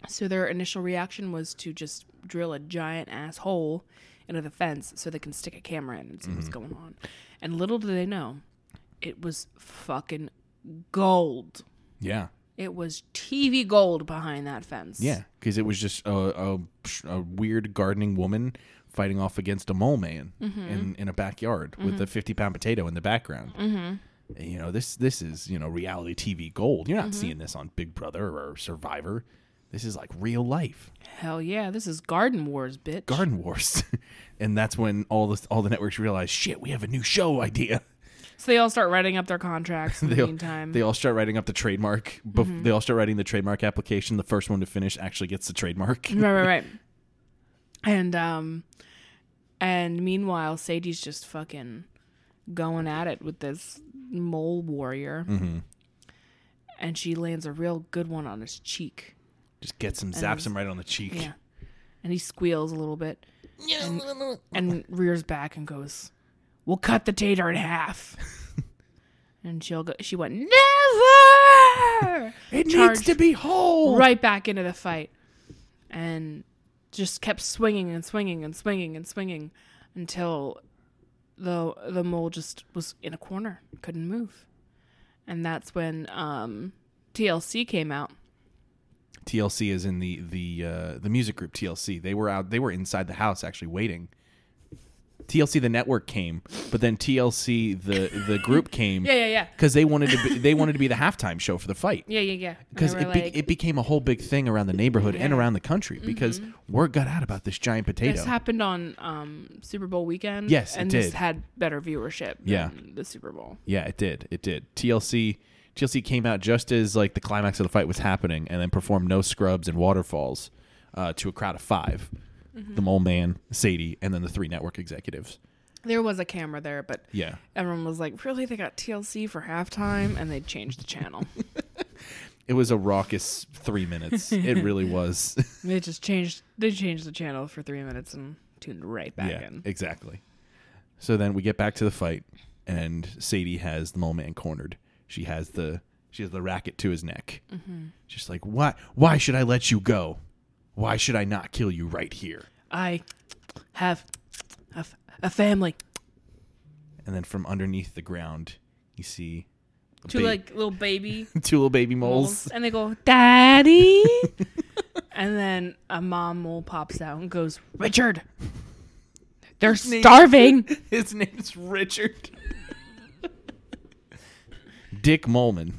Speaker 2: So their initial reaction was to just drill a giant ass hole into the fence so they can stick a camera in and see
Speaker 1: Mm-hmm.
Speaker 2: what's going on. And little do they know, it was fucking gold.
Speaker 1: Yeah.
Speaker 2: It was TV gold behind that fence.
Speaker 1: Yeah. Because it was just a, a, a weird gardening woman fighting off against a mole man
Speaker 2: Mm-hmm.
Speaker 1: in, in a backyard with a 50 pound potato in the background.
Speaker 2: Mm-hmm.
Speaker 1: And, You know, this this is, you know, reality TV gold. You're not seeing this on Big Brother or Survivor. This is like real life.
Speaker 2: Hell yeah, this is Garden Wars, bitch.
Speaker 1: Garden Wars, and that's when all the all the networks realized, shit, we have a new show idea.
Speaker 2: so they all start writing up their contracts in the
Speaker 1: They,
Speaker 2: meantime. Mm-hmm.
Speaker 1: they all start writing up the trademark. Bef- They all start writing the trademark application. The first one to finish actually gets the trademark.
Speaker 2: right, right, right. And um, and meanwhile, Sadie's just fucking going at it with this mole warrior, and she lands a real good one on his cheek.
Speaker 1: Just gets him, zaps him right on the cheek.
Speaker 2: Yeah, and he squeals a little bit, and, and rears back and goes, "We'll cut the tater in half." and she'll go. She went never.
Speaker 1: It
Speaker 2: Charged.
Speaker 1: needs to be whole.
Speaker 2: right back into the fight and just kept swinging and swinging and swinging and swinging until the the mole just was in a corner couldn't move and that's when um TLC came out
Speaker 1: TLC is in the the uh, the music group TLC. They were out. They were inside the house actually waiting. TLC the network came, but then TLC the the group came.
Speaker 2: yeah yeah yeah
Speaker 1: Because they wanted to be, they wanted to be the halftime show for the fight.
Speaker 2: yeah yeah yeah And they
Speaker 1: because
Speaker 2: were
Speaker 1: it, be-
Speaker 2: like,
Speaker 1: it became a whole big thing around the neighborhood and
Speaker 2: Yeah. Mm-hmm.
Speaker 1: around the country because word got out about this giant potato.
Speaker 2: this happened on um Super Bowl weekend
Speaker 1: Yes, it
Speaker 2: and this
Speaker 1: did.
Speaker 2: had better viewership
Speaker 1: Yeah.
Speaker 2: than the Super Bowl
Speaker 1: yeah, it did. It did. TLC TLC came out just as like the climax of the fight was happening, and then performed "No Scrubs" and "Waterfalls" uh, to a crowd of 5
Speaker 2: Mm-hmm.
Speaker 1: the Mole Man, Sadie, and then the three network executives.
Speaker 2: there was a camera there but
Speaker 1: Yeah,
Speaker 2: everyone was like really they got TLC for halftime and they changed the channel
Speaker 1: it was a raucous three minutes. it really was.
Speaker 2: They just changed. They changed the channel for three minutes and tuned right back
Speaker 1: yeah,
Speaker 2: in.
Speaker 1: exactly. So then we get back to the fight, and Sadie has the mole man cornered. She has the she has the racket to his neck.
Speaker 2: Mm-hmm.
Speaker 1: She's like, "Why? Why should I let you go? Why should I not kill you right here?"
Speaker 2: I have a, f- a family.
Speaker 1: And then from underneath the ground, you see a
Speaker 2: Two
Speaker 1: ba-
Speaker 2: like little baby
Speaker 1: two little baby
Speaker 2: moles,
Speaker 1: moles.
Speaker 2: and they go, "Daddy," and then a mom mole pops out and goes, "Richard, they're
Speaker 1: Name-
Speaker 2: starving."
Speaker 1: His name's Richard. Dick Moleman.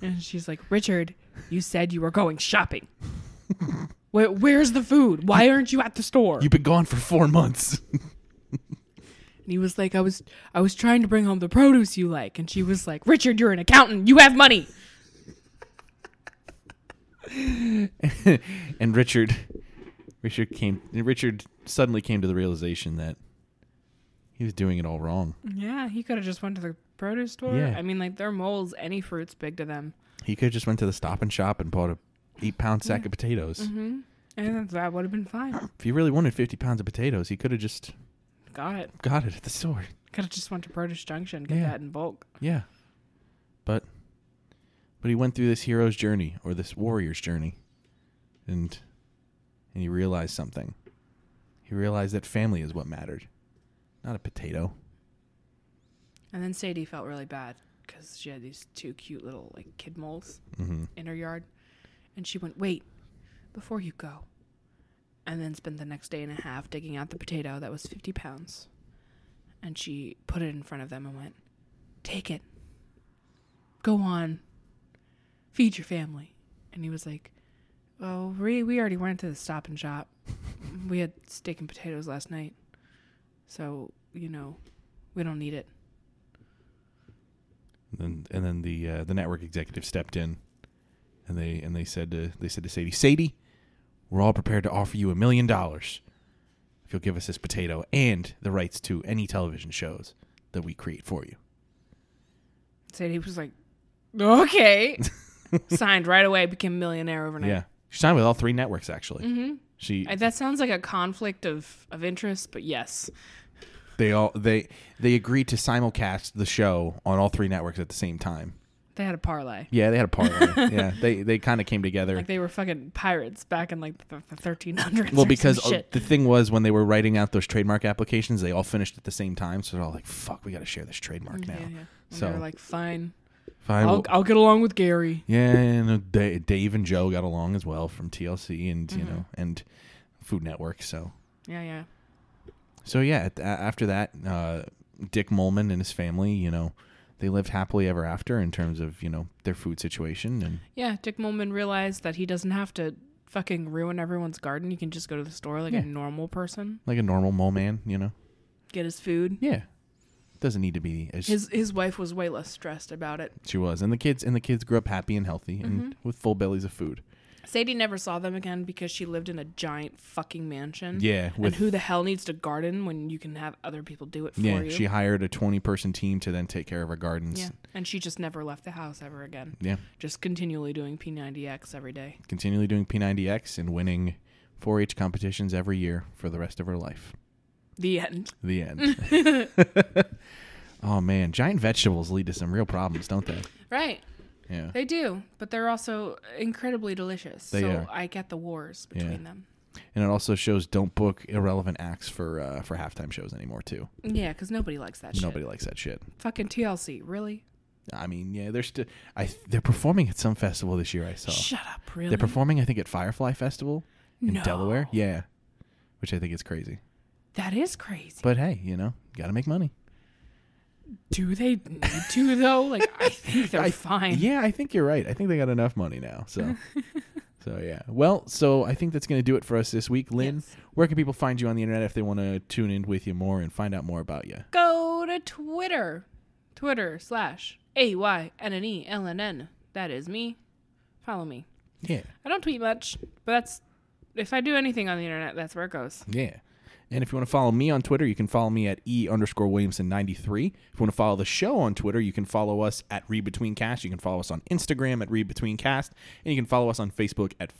Speaker 2: And she's like, "Richard, you said you were going shopping. Where, where's the food? Why aren't you at the store?"
Speaker 1: You've been gone for four months.
Speaker 2: And he was like, I was I was trying to bring home the produce you like. And she was like, Richard, you're an accountant. You have money.
Speaker 1: and Richard, Richard came. Richard suddenly came to the realization that he was doing it all wrong.
Speaker 2: Yeah, he could have just went to the produce store.
Speaker 1: Yeah.
Speaker 2: I mean, like their moles, any fruit's big to them.
Speaker 1: He could have just went to the Stop and Shop and bought a eight pound sack of potatoes.
Speaker 2: Mm-hmm. And that would have been fine.
Speaker 1: If he really wanted fifty pounds of potatoes, he could have just
Speaker 2: Got it.
Speaker 1: got it at the store.
Speaker 2: Could have just went to Produce Junction, get
Speaker 1: Yeah.
Speaker 2: that in bulk.
Speaker 1: Yeah, but but he went through this hero's journey or this warrior's journey, and and he realized something. He realized that family is what mattered, not a potato.
Speaker 2: And then Sadie felt really bad because she had these two cute little like kid moles in her yard, and she went, "Wait, before you go," and then spent the next day and a half digging out the potato that was fifty pounds, and she put it in front of them and went, "Take it. Go on. Feed your family." And he was like, "Well, we we already went to the Stop and Shop. we had steak and potatoes last night, so you know, we don't need it."
Speaker 1: And then, and then the uh, the network executive stepped in, and they and they said to they said to Sadie, Sadie, we're all prepared to offer you a million dollars if you'll give us this potato and the rights to any television shows that we create for you.
Speaker 2: Sadie was like, okay. Signed right away, became a millionaire overnight. Mm-hmm.
Speaker 1: Yeah, she signed with all three networks actually. She
Speaker 2: I, that sounds like a conflict of, of interest, but yes.
Speaker 1: they all they they agreed to simulcast the show on all three networks at the same time.
Speaker 2: They had a parlay.
Speaker 1: Yeah, they had a parlay. yeah, they they kind of came together.
Speaker 2: Like they were fucking pirates back in like the, the 1300s.
Speaker 1: Well,
Speaker 2: or
Speaker 1: because
Speaker 2: some
Speaker 1: uh,
Speaker 2: shit.
Speaker 1: the thing was when they were writing out those trademark applications, they all finished at the same time. So they're all like, "Fuck, we got to share this trademark now."
Speaker 2: Yeah, yeah. And
Speaker 1: So
Speaker 2: they were like, fine,
Speaker 1: fine.
Speaker 2: I'll,
Speaker 1: we'll-
Speaker 2: I'll get along with Gary.
Speaker 1: yeah, and uh, Da- Dave and Joe got along as well from TLC and
Speaker 2: Mm-hmm.
Speaker 1: you know and Food Network. So
Speaker 2: Yeah, yeah.
Speaker 1: so yeah. At, a- after that, uh, Dick Molman and his family, you know, they lived happily ever after in terms of you know their food situation and
Speaker 2: Yeah, Dick Molman realized that he doesn't have to fucking ruin everyone's garden. He can just go to the store like
Speaker 1: Yeah.
Speaker 2: a normal person,
Speaker 1: like a normal mole man, you know.
Speaker 2: get his food.
Speaker 1: Yeah, doesn't need to be. It's,
Speaker 2: His his wife was way less stressed about it.
Speaker 1: she was, and the kids and the kids grew up happy and healthy and
Speaker 2: Mm-hmm.
Speaker 1: with full bellies of food.
Speaker 2: Sadie never saw them again because she lived in a giant fucking mansion.
Speaker 1: Yeah, with
Speaker 2: and who the hell needs to garden when you can have other people do it for
Speaker 1: yeah,
Speaker 2: you?
Speaker 1: she hired a twenty-person team to then take care of her gardens.
Speaker 2: yeah. And she just never left the house ever again.
Speaker 1: Yeah.
Speaker 2: Just continually doing P90X every day.
Speaker 1: continually doing P90X and winning 4-H competitions every year for the rest of her life.
Speaker 2: The end.
Speaker 1: The end. oh man, giant vegetables lead to some real problems, don't they?
Speaker 2: Right.
Speaker 1: Yeah.
Speaker 2: They do, but they're also incredibly delicious.
Speaker 1: They
Speaker 2: so
Speaker 1: are.
Speaker 2: I get the wars between
Speaker 1: Yeah.
Speaker 2: them.
Speaker 1: And it also shows don't book irrelevant acts for uh, for halftime shows anymore too.
Speaker 2: Yeah, because nobody likes that
Speaker 1: Nobody
Speaker 2: shit.
Speaker 1: likes that shit.
Speaker 2: Fucking TLC, really?
Speaker 1: I mean, yeah, they're still I they're performing at some festival this year I saw.
Speaker 2: Shut up, really?
Speaker 1: They're performing I think at Firefly Festival in
Speaker 2: No.
Speaker 1: Delaware. Yeah. Which I think is crazy.
Speaker 2: that is crazy.
Speaker 1: But hey, you know, got to make money.
Speaker 2: Do they need to though? Like I think they're
Speaker 1: I-
Speaker 2: fine.
Speaker 1: Yeah, I think you're right. I think they got enough money now. So, so yeah. Well, so I think that's going to do it for us this week. Lynn,
Speaker 2: Yes.
Speaker 1: where can people find you on the internet if they want to tune in with you more and find out more about you?
Speaker 2: go to Twitter. Twitter slash A Y N N E L N N. That is me. Follow me.
Speaker 1: Yeah,
Speaker 2: I don't tweet much, but that's if I do anything on the internet, that's where it goes.
Speaker 1: yeah. And if you want to follow me on Twitter, you can follow me at e underscore williamson ninety three. If you want to follow the show on Twitter, you can follow us at read between cast. You can follow us on Instagram at read between cast, and you can follow us on Facebook at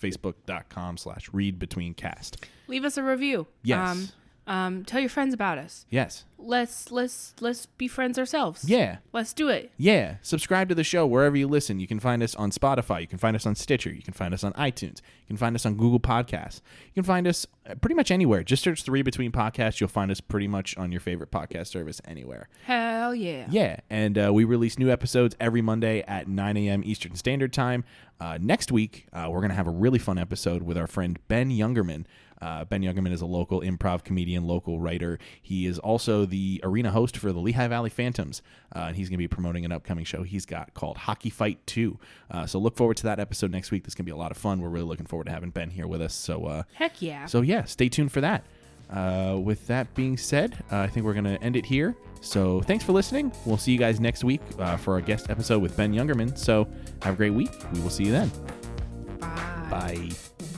Speaker 1: facebook.com slash read between cast.
Speaker 2: Leave us a review.
Speaker 1: Yes.
Speaker 2: Um, um, tell your friends about us.
Speaker 1: Yes.
Speaker 2: Let's let's let's be friends ourselves.
Speaker 1: Yeah.
Speaker 2: Let's do it.
Speaker 1: Yeah, subscribe to the show wherever you listen. You can find us on Spotify. You can find us on Stitcher. You can find us on iTunes. You can find us on Google Podcasts. You can find us uh, pretty much anywhere. Just search the Read Between Podcast. You'll find us pretty much on your favorite podcast service anywhere.
Speaker 2: Hell yeah.
Speaker 1: Yeah, and uh, we release new episodes every Monday at 9 a.m. Eastern Standard Time. Uh, next week, uh, we're going to have a really fun episode with our friend Ben Youngerman. Uh, ben Youngerman is a local improv comedian, local writer. He is also the arena host for the Lehigh Valley Phantoms, uh, and he's going to be promoting an upcoming show he's got called Hockey Fight 2. Uh, so look forward to that episode next week. That's going to be a lot of fun. We're really looking forward to having Ben here with us. So uh,
Speaker 2: Heck yeah.
Speaker 1: so yeah, stay tuned for that. Uh, with that being said, uh, I think we're gonna end it here. So thanks for listening. We'll see you guys next week uh, for our guest episode with Ben Youngerman. So have a great week. We will see you then.
Speaker 2: Bye.
Speaker 1: Bye.